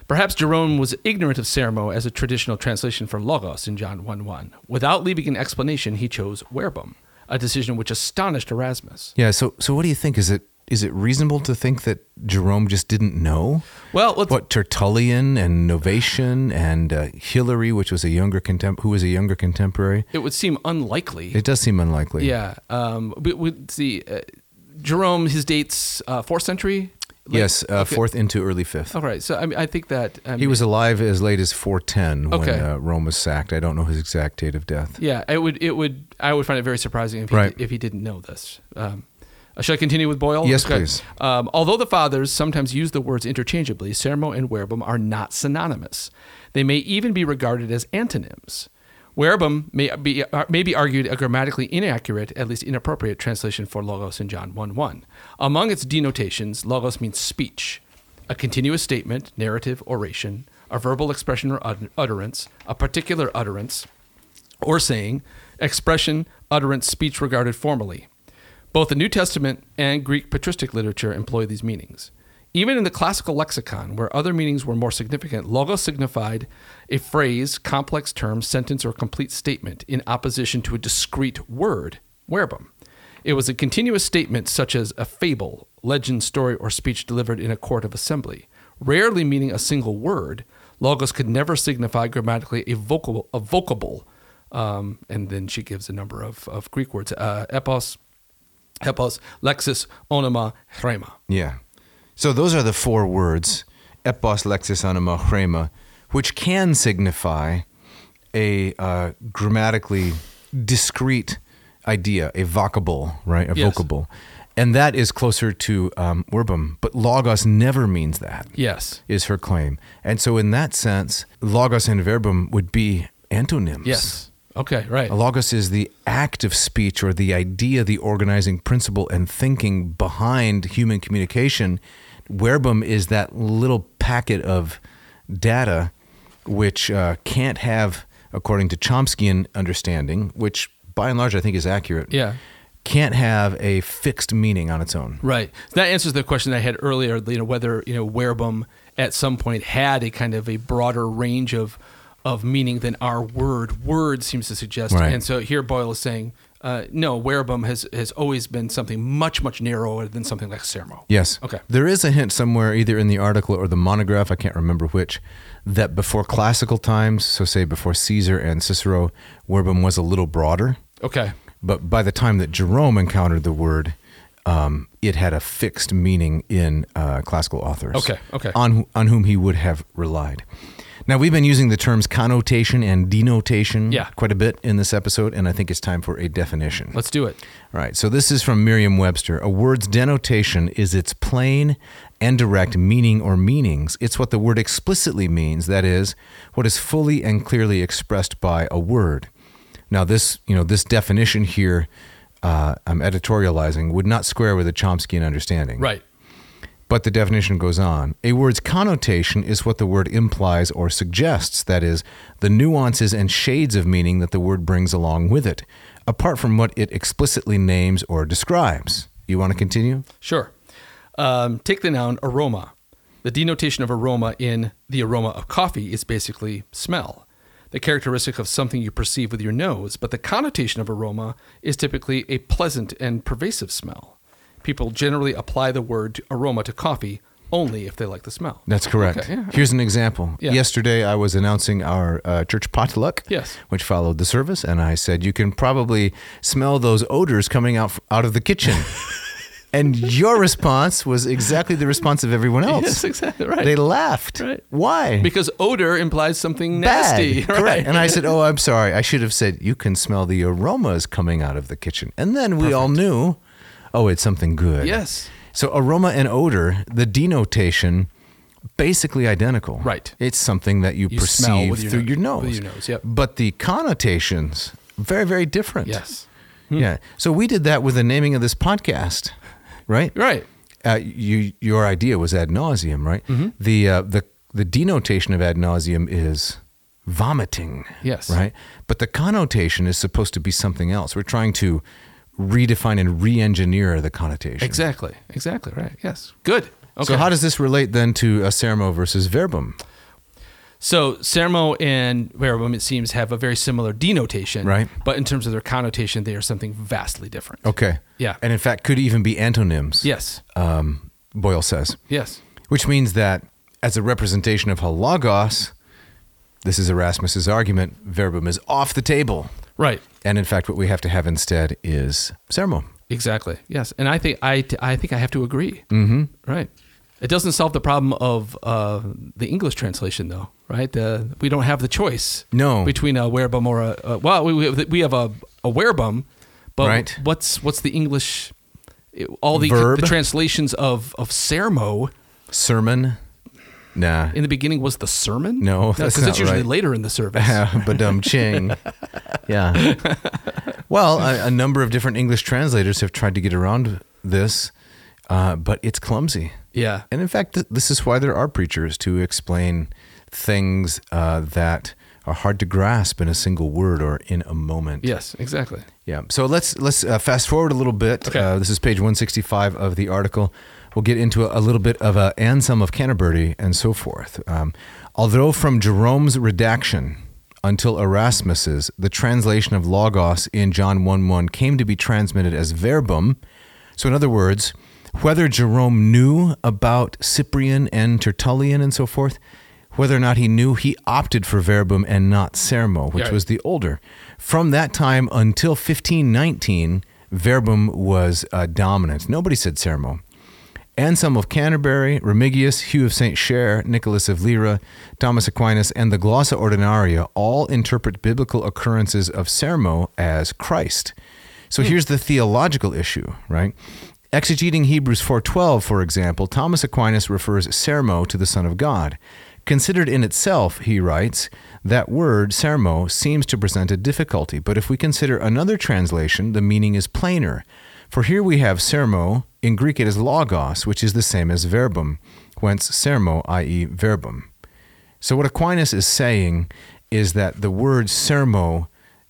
B: perhaps Jerome was ignorant of Sermo as a traditional translation for Logos in John 1 1. Without leaving an explanation, he chose verbum, a decision which astonished Erasmus.
A: Yeah. So, so what do you think? Is it is it reasonable to think that Jerome just didn't know
B: Well, let's,
A: what Tertullian and Novation and uh, Hilary, which was a younger contem- who was a younger contemporary?
B: it would seem unlikely.
A: It does seem unlikely.
B: yeah. Um, but would see uh, Jerome. His dates uh, fourth century. Late-
A: yes, uh,
B: okay. Oh,
A: fourth into early fifth.
B: All right. So I mean, I think that I
A: He was alive as late as 410 when
B: Okay.
A: uh, Rome was sacked. I don't know his exact date of death.
B: Yeah, it would. It would. I would find it very surprising if he,
A: Right.
B: if he didn't know this. Um, uh, should I continue with Boyle?
A: Yes, please.
B: Um, although the fathers sometimes use the words interchangeably, sermo and verbum are not synonymous. They may even be regarded as antonyms. Verbum may be uh, may be argued a grammatically inaccurate, at least inappropriate translation for logos in John one one. Among its denotations, logos means speech, a continuous statement, narrative, oration, a verbal expression or ut- utterance, a particular utterance, or saying, expression, utterance, speech regarded formally. Both the New Testament and Greek patristic literature employ these meanings. Even in the classical lexicon, where other meanings were more significant, logos signified a phrase, complex term, sentence, or complete statement in opposition to a discrete word, verbum. It was a continuous statement such as a fable, legend, story, or speech delivered in a court of assembly. Rarely meaning a single word, logos could never signify grammatically a vocable. A vocable um, and then she gives a number of, of Greek words uh, epos, epos, lexis, onoma, hrema.
A: Yeah. So those are the four words, epos lexis anima hrema, which can signify a uh, grammatically discrete idea, a vocable, right? A
B: Yes.
A: vocable. And that is closer to um, verbum, but logos never means that, is
B: Yes.
A: her claim. And so in that sense, logos and verbum would be antonyms.
B: Yes. Okay, right.
A: A logos is the act of speech or the idea, the organizing principle and thinking behind human communication. Verbum is that little packet of data which uh, can't have, according to Chomskyan understanding, which by and large I think is accurate,
B: Yeah.
A: can't have a fixed meaning on its own.
B: Right. So that answers the question I had earlier, you know, whether, you know, verbum at some point had a kind of a broader range of of meaning than our word. Word seems to suggest.
A: Right.
B: And so here Boyle is saying, uh, no, verbum has has always been something much, much narrower than something like sermo.
A: Yes.
B: Okay.
A: There is a hint somewhere, either in the article or the monograph, I can't remember which, that before classical times, so say before Caesar and Cicero, verbum was a little broader.
B: Okay.
A: But by the time that Jerome encountered the word, um, it had a fixed meaning in uh, classical authors.
B: Okay, okay.
A: On, wh- on whom he would have relied. Now, we've been using the terms connotation and denotation
B: Yeah.
A: quite a bit in this episode, and I think it's time for a definition.
B: Let's do it.
A: All right, so this is from Merriam Webster. A word's denotation is its plain and direct meaning or meanings. It's what the word explicitly means, that is, what is fully and clearly expressed by a word. Now, this, you know, this definition here, uh, I'm editorializing, would not square with a Chomskyan understanding.
B: Right.
A: But the definition goes on. A word's connotation is what the word implies or suggests, that is, the nuances and shades of meaning that the word brings along with it, apart from what it explicitly names or describes. You want to continue?
B: Sure. Um, take the noun aroma. The denotation of aroma in the aroma of coffee is basically smell, the characteristic of something you perceive with your nose, but the connotation of aroma is typically a pleasant and pervasive smell. People generally apply the word aroma to coffee only if they like the smell.
A: That's correct.
B: Okay, yeah.
A: Here's an example.
B: Yeah.
A: Yesterday, I was announcing our uh, church potluck,
B: Yes.
A: which followed the service, and I said, "You can probably smell those odors coming out out of the kitchen." and your response was exactly the response of everyone else.
B: Yes, exactly right.
A: They laughed.
B: Right.
A: Why?
B: Because odor implies something
A: bad.
B: nasty.
A: Correct.
B: Right.
A: And I said, "Oh, I'm sorry. I should have said you can smell the aromas coming out of the kitchen." And then we all knew, "Oh, it's something good."
B: Yes.
A: So aroma and odor, the denotation basically identical.
B: Right.
A: It's something that you,
B: You smell
A: perceive
B: with your
A: through
B: nose-
A: your nose.
B: with your nose, yep.
A: But the connotations very very different.
B: Yes.
A: Yeah. So we did that with the naming of this podcast, right?
B: Right.
A: uh, you your idea was ad nauseum, right?
B: Mm-hmm.
A: The uh, the the denotation of ad nauseum is vomiting.
B: Yes.
A: Right. But the connotation is supposed to be something else. We're trying to redefine and re-engineer the connotation.
B: Exactly. Exactly. Right. Yes. Good. Okay.
A: uh, So how does this relate then to a sermo versus verbum?
B: So Sermo and verbum, it seems, have a very similar denotation,
A: Right.
B: But in terms of their connotation, they are something vastly different.
A: Okay.
B: Yeah.
A: And in fact, could even be antonyms.
B: Yes.
A: Um, Boyle says,
B: Yes.
A: which means that as a representation of halagos, this is Erasmus's argument. Verbum is off the table.
B: Right.
A: And in fact, what we have to have instead is sermo.
B: Exactly. Yes. And I think I, I think I have to agree. Mm-hmm. Right. It doesn't solve the problem of uh, the English translation, though, right? The, we don't have the choice.
A: No.
B: Between a werebum or a, a well, we, we have- we have a a werebum, but
A: Right.
B: what's what's the English? All the,
A: Verb?
B: the translations of of sermo
A: Sermon? Nah.
B: in the beginning was the sermon.
A: No, that's
B: because
A: not
B: it's usually
A: right.
B: later in the service.
A: Badum ching. Yeah. Well, a, a number of different English translators have tried to get around this, uh, but it's clumsy.
B: yeah.
A: And in fact, th- this is why there are preachers to explain things uh, that are hard to grasp in a single word or in a moment.
B: Yes. Exactly.
A: Yeah. So let's let's uh, fast forward a little bit.
B: Okay.
A: Uh, this is page 165 of the article. We'll get into a, a little bit of uh, Anselm of Canterbury and so forth. Um, Although from Jerome's redaction until Erasmus's, the translation of logos in John 1 1 came to be transmitted as verbum. So, in other words, whether Jerome knew about Cyprian and Tertullian and so forth, whether or not he knew, he opted for verbum and not sermo, which
B: Yeah.
A: was the older. From that time until 1519, verbum was uh, dominant. Nobody said sermo. Anselm of Canterbury, Remigius, Hugh of St. Cher, Nicholas of Lyra, Thomas Aquinas, and the Glossa Ordinaria all interpret biblical occurrences of sermo as Christ. So here's the theological issue, right? Exegeting Hebrews 4:12, for example, Thomas Aquinas refers sermo to the Son of God. Considered in itself, he writes, that word sermo seems to present a difficulty, but if we consider another translation, the meaning is plainer. For here we have sermo, in Greek it is logos, which is the same as verbum, whence sermo, i.e., verbum. So, what Aquinas is saying is that the word sermo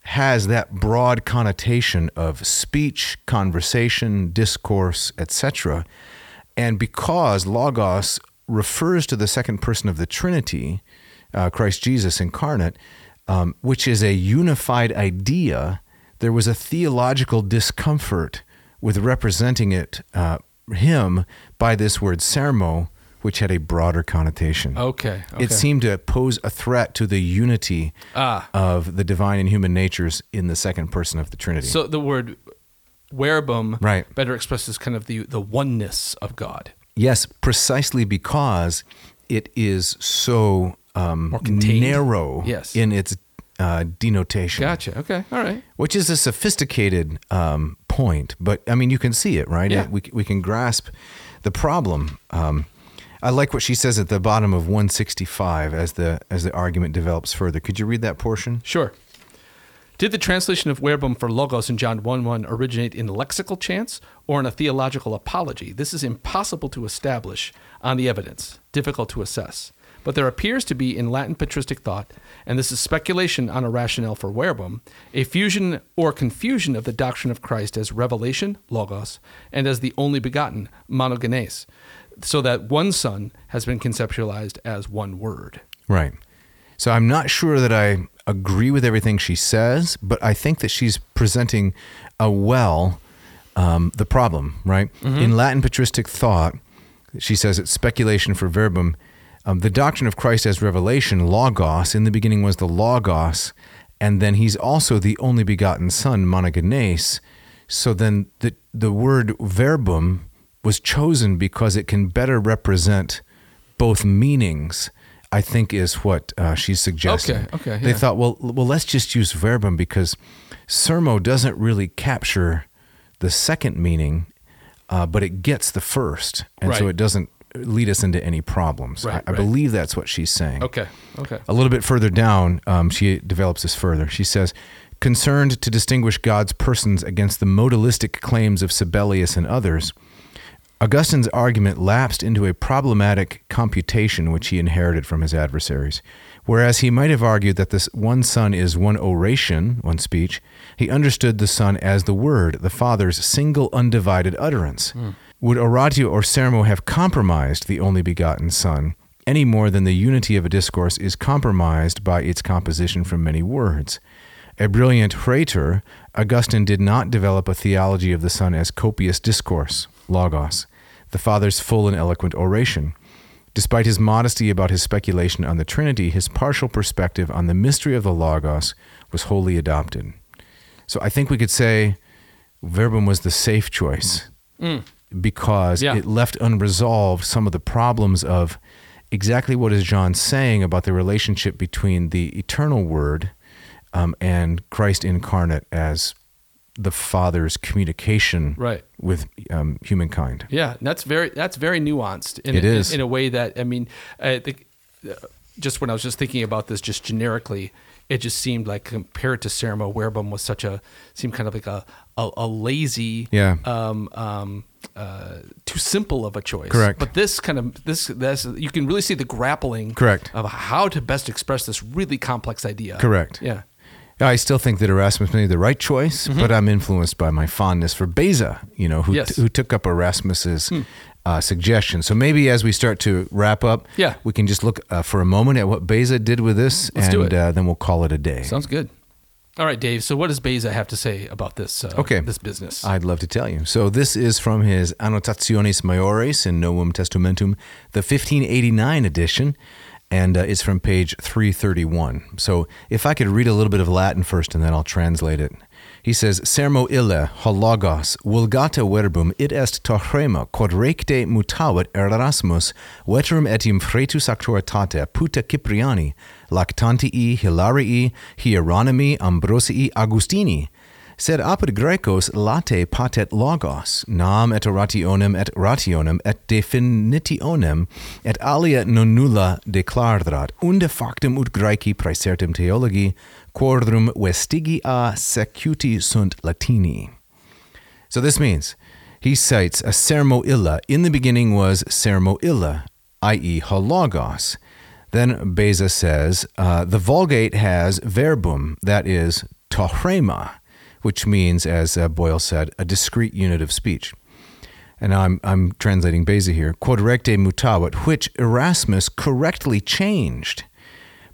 A: has that broad connotation of speech, conversation, discourse, etc. And because logos refers to the second person of the Trinity, uh, Christ Jesus incarnate, um, which is a unified idea, there was a theological discomfort with representing it, uh, him, by this word sermo, which had a broader connotation.
B: Okay. okay.
A: It seemed to pose a threat to the unity
B: Ah.
A: of the divine and human natures in the second person of the Trinity.
B: So the word werebum
A: Right.
B: better expresses kind of the the oneness of God.
A: yes, precisely because it is so um,
B: More contained.
A: narrow
B: Yes.
A: in its uh, denotation,
B: Gotcha. Okay. All right.
A: which is a sophisticated um, point. But I mean, you can see it, right?
B: Yeah.
A: We, we can grasp the problem. Um, I like what she says at the bottom of 165 as the as the argument develops further. Could you read that portion?
B: Sure. Did the translation of verbum for logos in John 1 1 originate in lexical chance or in a theological apology? This is impossible to establish on the evidence, difficult to assess. But there appears to be in Latin patristic thought, and this is speculation on a rationale for verbum, a fusion or confusion of the doctrine of Christ as revelation, logos, and as the only begotten, monogenes, so that one son has been conceptualized as one word.
A: Right. So I'm not sure that I agree with everything she says, but I think that she's presenting a well um, the problem, right?
B: Mm-hmm.
A: In Latin patristic thought, she says it's speculation for verbum. Um, the doctrine of Christ as revelation, logos, in the beginning was the logos, and then he's also the only begotten son, monogenes. So then the, the word verbum was chosen because it can better represent both meanings. I think is what uh, she's suggesting.
B: Okay, okay,
A: They
B: yeah.
A: thought, well, l- well, let's just use verbum because sermo doesn't really capture the second meaning, uh, but it gets the first, and so
B: Right.
A: it doesn't lead us into any problems. I,
B: Right,
A: I
B: right.
A: believe that's what she's saying.
B: Okay, okay.
A: A little bit further down, um, she develops this further. She says, concerned to distinguish God's persons against the modalistic claims of Sibelius and others, Augustine's argument lapsed into a problematic computation which he inherited from his adversaries. Whereas he might have argued that this one Son is one oration, one speech, he understood the Son as the Word, the Father's single undivided utterance. Would oratio or sermo have compromised the only begotten Son any more than the unity of a discourse is compromised by its composition from many words. A brilliant praetor, Augustine did not develop a theology of the Son as copious discourse, logos, the Father's full and eloquent oration. Despite his modesty about his speculation on the Trinity, his partial perspective on the mystery of the Logos was wholly adopted. So I think we could say Verbum was the safe choice because
B: Mm. Yeah.
A: it left unresolved some of the problems of exactly what is John saying about the relationship between the eternal Word um, and Christ incarnate as the Father's communication
B: Right.
A: with um, humankind.
B: Yeah, and that's very that's very nuanced. In,
A: It
B: in-
A: is.
B: in, a way that I mean, I think uh, just when I was just thinking about this, just generically, it just seemed like compared to Ceremo, Werbum was such a seemed kind of like a a, a lazy,
A: Yeah.
B: um, um, uh, too simple of a choice.
A: Correct.
B: But this kind of this this you can really see the grappling,
A: Correct.
B: of how to best express this really complex idea.
A: Correct.
B: Yeah.
A: I still think that Erasmus made the right choice, but I'm influenced by my fondness for Beza, you know, who,
B: Mm-hmm. Yes. Hmm.
A: who took up Erasmus's uh, suggestion. So maybe as we start to wrap up,
B: Yeah.
A: we can just look uh, for a moment at what Beza did with this,
B: Let's
A: and
B: do it.
A: Uh, then we'll call it a day.
B: Sounds good. All right, Dave. So, what does Beza have to say about this? Uh,
A: Okay.
B: This business.
A: I'd love to tell you. So this is from his Annotationes Maiores in Novum Testamentum, the 1589 edition, and uh, it's from page 331. So if I could read a little bit of Latin first, and then I'll translate it. He says, Sermo ille, hologos, vulgata verbum, id est tohrema, quod recte mutavit Erasmus, veterum etium fretus actuaritate, puta Cypriani, lactantii, Hilarii, Hieronymi, Ambrosii, Augustini, Sed apud Graecos late patet logos, nam et orationem et rationem et definitionem, et alia non nulla declarat, unde factum ut Graeci praesertim theologi, quodrum vestigia secuti sunt Latini. So this means he cites a sermo illa. In the beginning was sermo illa, i.e., hologos. Then Beza says uh, the Vulgate has verbum, that is, tohrema, which means, as uh, Boyle said, a discrete unit of speech. And I'm, I'm translating Beza here. Quod recte mutavit, which Erasmus correctly changed.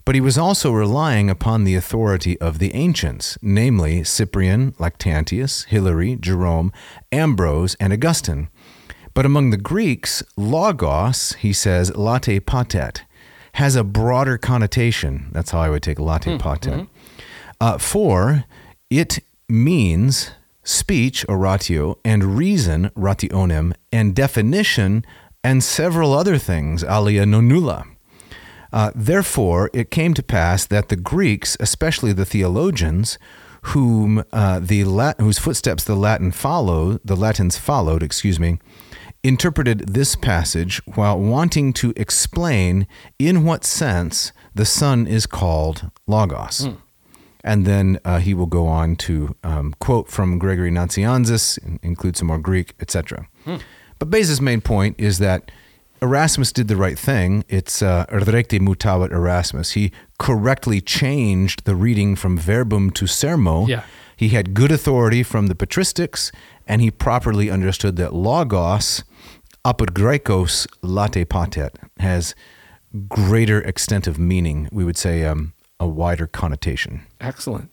A: But he was also relying upon the authority of the ancients, namely Cyprian, Lactantius, Hilary, Jerome, Ambrose, and Augustine. But among the Greeks, logos, he says, late patet, has a broader connotation. That's how I would take late patet. Uh, for it means speech, oratio, and reason, rationem, and definition, and several other things, alia nonula. Uh, therefore, it came to pass that the Greeks, especially the theologians, whom uh, the Lat- whose footsteps the Latin follow, the Latins followed, excuse me, interpreted this passage while wanting to explain in what sense the Son is called Logos. And then uh, he will go on to um, quote from Gregory Nazianzus, in- include some more Greek, etc. But Beza's main point is that Erasmus did the right thing. It's uh, recte mutavit Erasmus. He correctly changed the reading from verbum to sermo.
B: Yeah.
A: He had good authority from the patristics, and he properly understood that logos, apud Graecos late patet, has greater extent of meaning. We would say um, a wider connotation.
B: Excellent.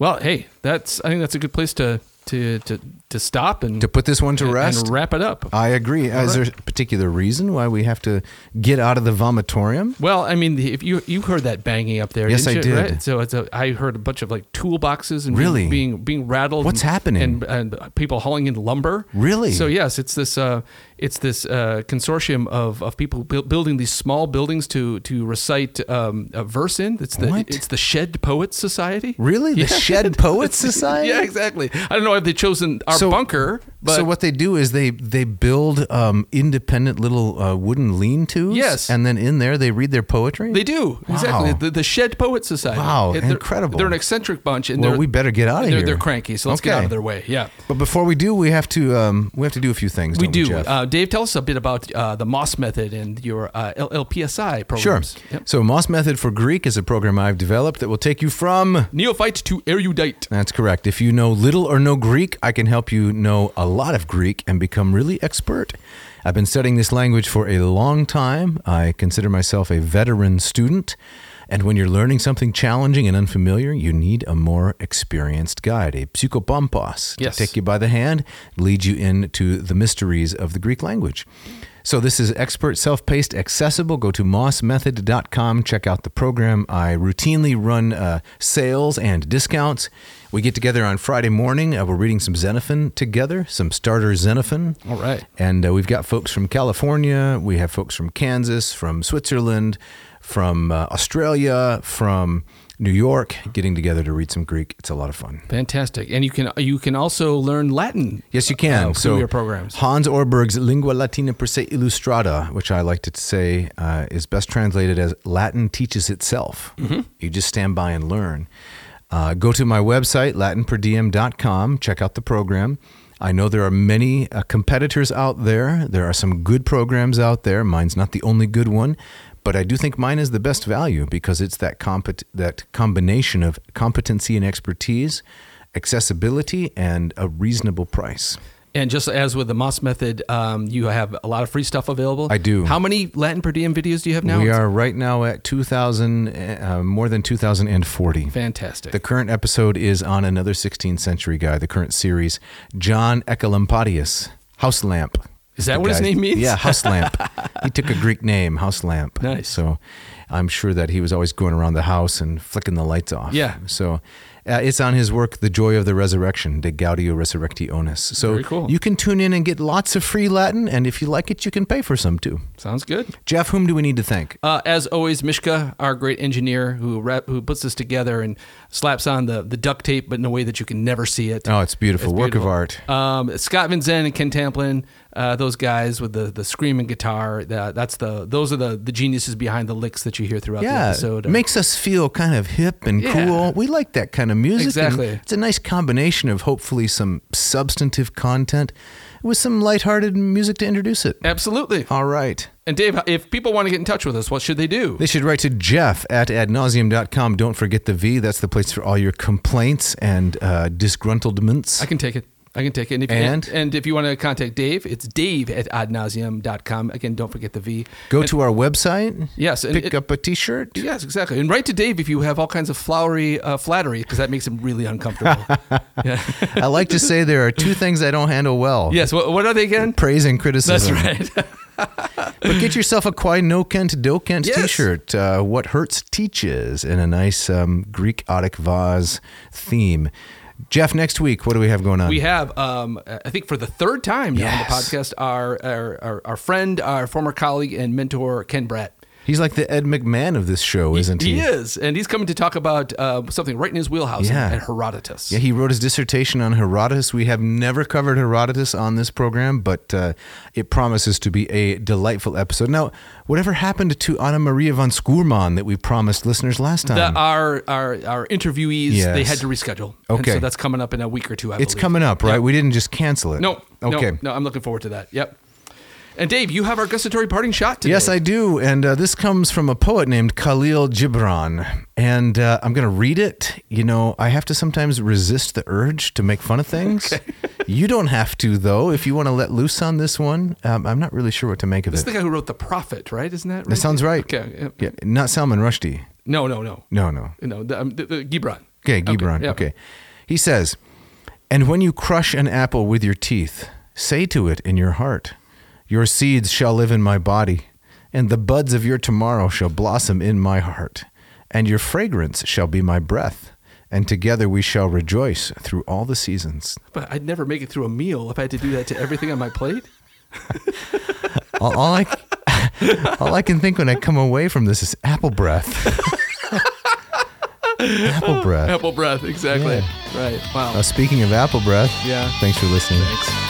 B: Well, hey, that's I think that's a good place to to to, to stop and
A: To put this one to
B: and
A: rest,
B: wrap it up.
A: I agree. Is there a particular reason why we have to get out of the vomitorium?
B: well, I mean, the- if you you heard that banging up there,
A: Yes,
B: didn't
A: I
B: you?
A: did.
B: Right? So it's a, I heard a bunch of like toolboxes and
A: Really?
B: being being, being rattled.
A: What's
B: and-
A: happening?
B: And, and people hauling in lumber.
A: Really?
B: So yes, it's this uh, it's this uh, consortium of, of people buil- building these small buildings to to recite um, a verse in. It's the
A: What?
B: it's the Shed Poets Society.
A: Really? The Shed Poets Society?
B: Yeah, exactly. I don't know if they chosen our
A: So-
B: bunker, but
A: so what they do is they they build um, independent little uh, wooden lean-tos.
B: Yes.
A: and then in there they read their poetry.
B: They do exactly the, the Shed Poet Society.
A: Wow,
B: they're,
A: incredible.
B: They're an eccentric bunch, and
A: Well,
B: they're,
A: we better get out of
B: they're,
A: here.
B: They're cranky, so let's get
A: Okay.
B: out of their way. Yeah,
A: But before we do, we have to um, we have to do a few things.
B: we
A: don't we,
B: do.
A: Jeff?
B: Uh, Dave, tell us a bit about uh, the Moss method and your uh, L- LPSI
A: sure.
B: programs. Yep.
A: So Moss Method for Greek is a program I've developed that will take you from.
B: Neophyte to erudite.
A: That's correct. If you know little or no Greek, I can help you know a lot of Greek and become really expert. I've been studying this language for a long time. I consider myself a veteran student. And when you're learning something challenging and unfamiliar, you need a more experienced guide, a psychopampos,
B: Yes.
A: to take you by the hand, lead you into the mysteries of the Greek language. So this is expert, self-paced, accessible. Go to mossmethod.com, check out the program. I routinely run uh, sales and discounts. We get together on Friday morning. Uh, we're reading some Xenophon together, some starter Xenophon.
B: All right.
A: And uh, we've got folks from California, we have folks from Kansas, from Switzerland, from uh, Australia, from New York, getting together to read some Greek. It's a lot of fun.
B: Fantastic. And you can you can also learn Latin.
A: Yes, you can.
B: uh, through
A: so
B: your programs.
A: Hans Orberg's Lingua Latina per se illustrata, which I like to say uh, is best translated as Latin teaches itself. You just stand by and learn. Uh, go to my website, latinperdiem.com. Check out the program. I know there are many uh, competitors out there. There are some good programs out there. Mine's not the only good one, but I do think mine is the best value because it's that compet- that combination of competency and expertise, accessibility, and a reasonable price.
B: And just as with the Moss method, um, you have a lot of free stuff available.
A: I do.
B: How many Latin per diem videos do you have now?
A: We are right now at 2000, uh, more than 2040.
B: fantastic.
A: The current episode is on another 16th century guy, the current series, John Ecolampadius, House Lamp.
B: Is that
A: The
B: what his
A: guy-
B: name means?
A: Yeah, House Lamp. he took a Greek name, House Lamp.
B: Nice.
A: So I'm sure that he was always going around the house and flicking the lights off.
B: Yeah.
A: So uh, it's on his work, The Joy of the Resurrection, De Gaudio Resurrectionis. So
B: Very cool.
A: you can tune in and get lots of free Latin, and if you like it, you can pay for some too.
B: Sounds good.
A: Jeff, whom do we need to thank?
B: Uh, as always, Mishka, our great engineer who rep, who puts this together and slaps on the, the duct tape, but in a way that you can never see it.
A: Oh, it's beautiful. Work
B: beautiful.
A: of art.
B: Um, Scott Van Zen and Ken Tamplin, uh, those guys with the the screaming guitar. That, that's the those are the the geniuses behind the licks that you hear throughout the
A: Yeah,
B: episode. Uh,
A: makes us feel kind of hip and
B: Yeah.
A: cool. We like that kind of music. and
B: Exactly.
A: It's a nice combination of hopefully some substantive content with some lighthearted music to introduce it.
B: absolutely.
A: All right.
B: And Dave, if people want to get in touch with us, what should they do?
A: They should write to Jeff at adnauseum.com. Don't forget the V. That's the place for all your complaints and uh, disgruntlements.
B: I can take it. I can take it. And if,
A: And?
B: and, if you want to contact Dave, it's dave at adnauseum.com. Again, don't forget the V.
A: Go to our website.
B: Yes. And
A: Pick
B: it-
A: up a t shirt.
B: Yes, exactly. And write to Dave if you have all kinds of flowery uh, flattery, because that makes him really uncomfortable. yeah.
A: I like to say there are two things I don't handle well
B: Yes. What, what are they again?
A: praise and
B: That's
A: criticism.
B: right.
A: But get yourself a Quai No Kent Do Kent
B: Yes.
A: T-shirt. Uh, what hurts teaches in a nice um, Greek Attic vase theme. Jeff, next week, what do we have going on?
B: we have, um, I think, for the third time now on
A: Yes.
B: the podcast, our, our our our friend, our former colleague and mentor Ken Bratt.
A: He's like the Ed McMahon of this show, isn't he?
B: He is, and he's coming to talk about uh, something right in his wheelhouse
A: Yeah.
B: at Herodotus.
A: Yeah, he wrote his dissertation on Herodotus. We have never covered Herodotus on this program, but uh, it promises to be a delightful episode. Now, whatever happened to Anna Maria von Schoormann that we promised listeners last time?
B: The- our our our interviewees they
A: Yes.
B: had to reschedule. and
A: Okay.
B: so that's coming up in a week or two. I
A: it's
B: believe.
A: coming up, right? We didn't just cancel it.
B: No,
A: Okay.
B: no, no. I'm looking forward to that. Yep. And Dave, you have our gustatory parting shot today.
A: Yes, I do. And uh, this comes from a poet named Khalil Gibran. And uh, I'm going to read it. You know, I have to sometimes resist the urge to make fun of things. you don't have to, though. If you want to let loose on this one, um, I'm not really sure what to make of
B: It's
A: it.
B: the guy who wrote The Prophet, right? Isn't that right?
A: That sounds right.
B: Okay. yeah.
A: Yeah, not Salman Rushdie.
B: No, no, no.
A: No, no.
B: No, the, um, the, the Gibran.
A: Okay, Gibran.
B: yeah.
A: Okay. He says, And when you crush an apple with your teeth, say to it in your heart, Your seeds shall live in my body, and the buds of your tomorrow shall blossom in my heart, and your fragrance shall be my breath, and together we shall rejoice through all the seasons.
B: But I'd never make it through a meal if I had to do that to everything on my plate.
A: All, all, I, all I can think when I come away from this is apple breath. apple breath.
B: Apple breath, exactly.
A: Yeah.
B: Right. Wow.
A: Uh, speaking of apple breath,
B: Yeah.
A: thanks for listening.
B: Thanks.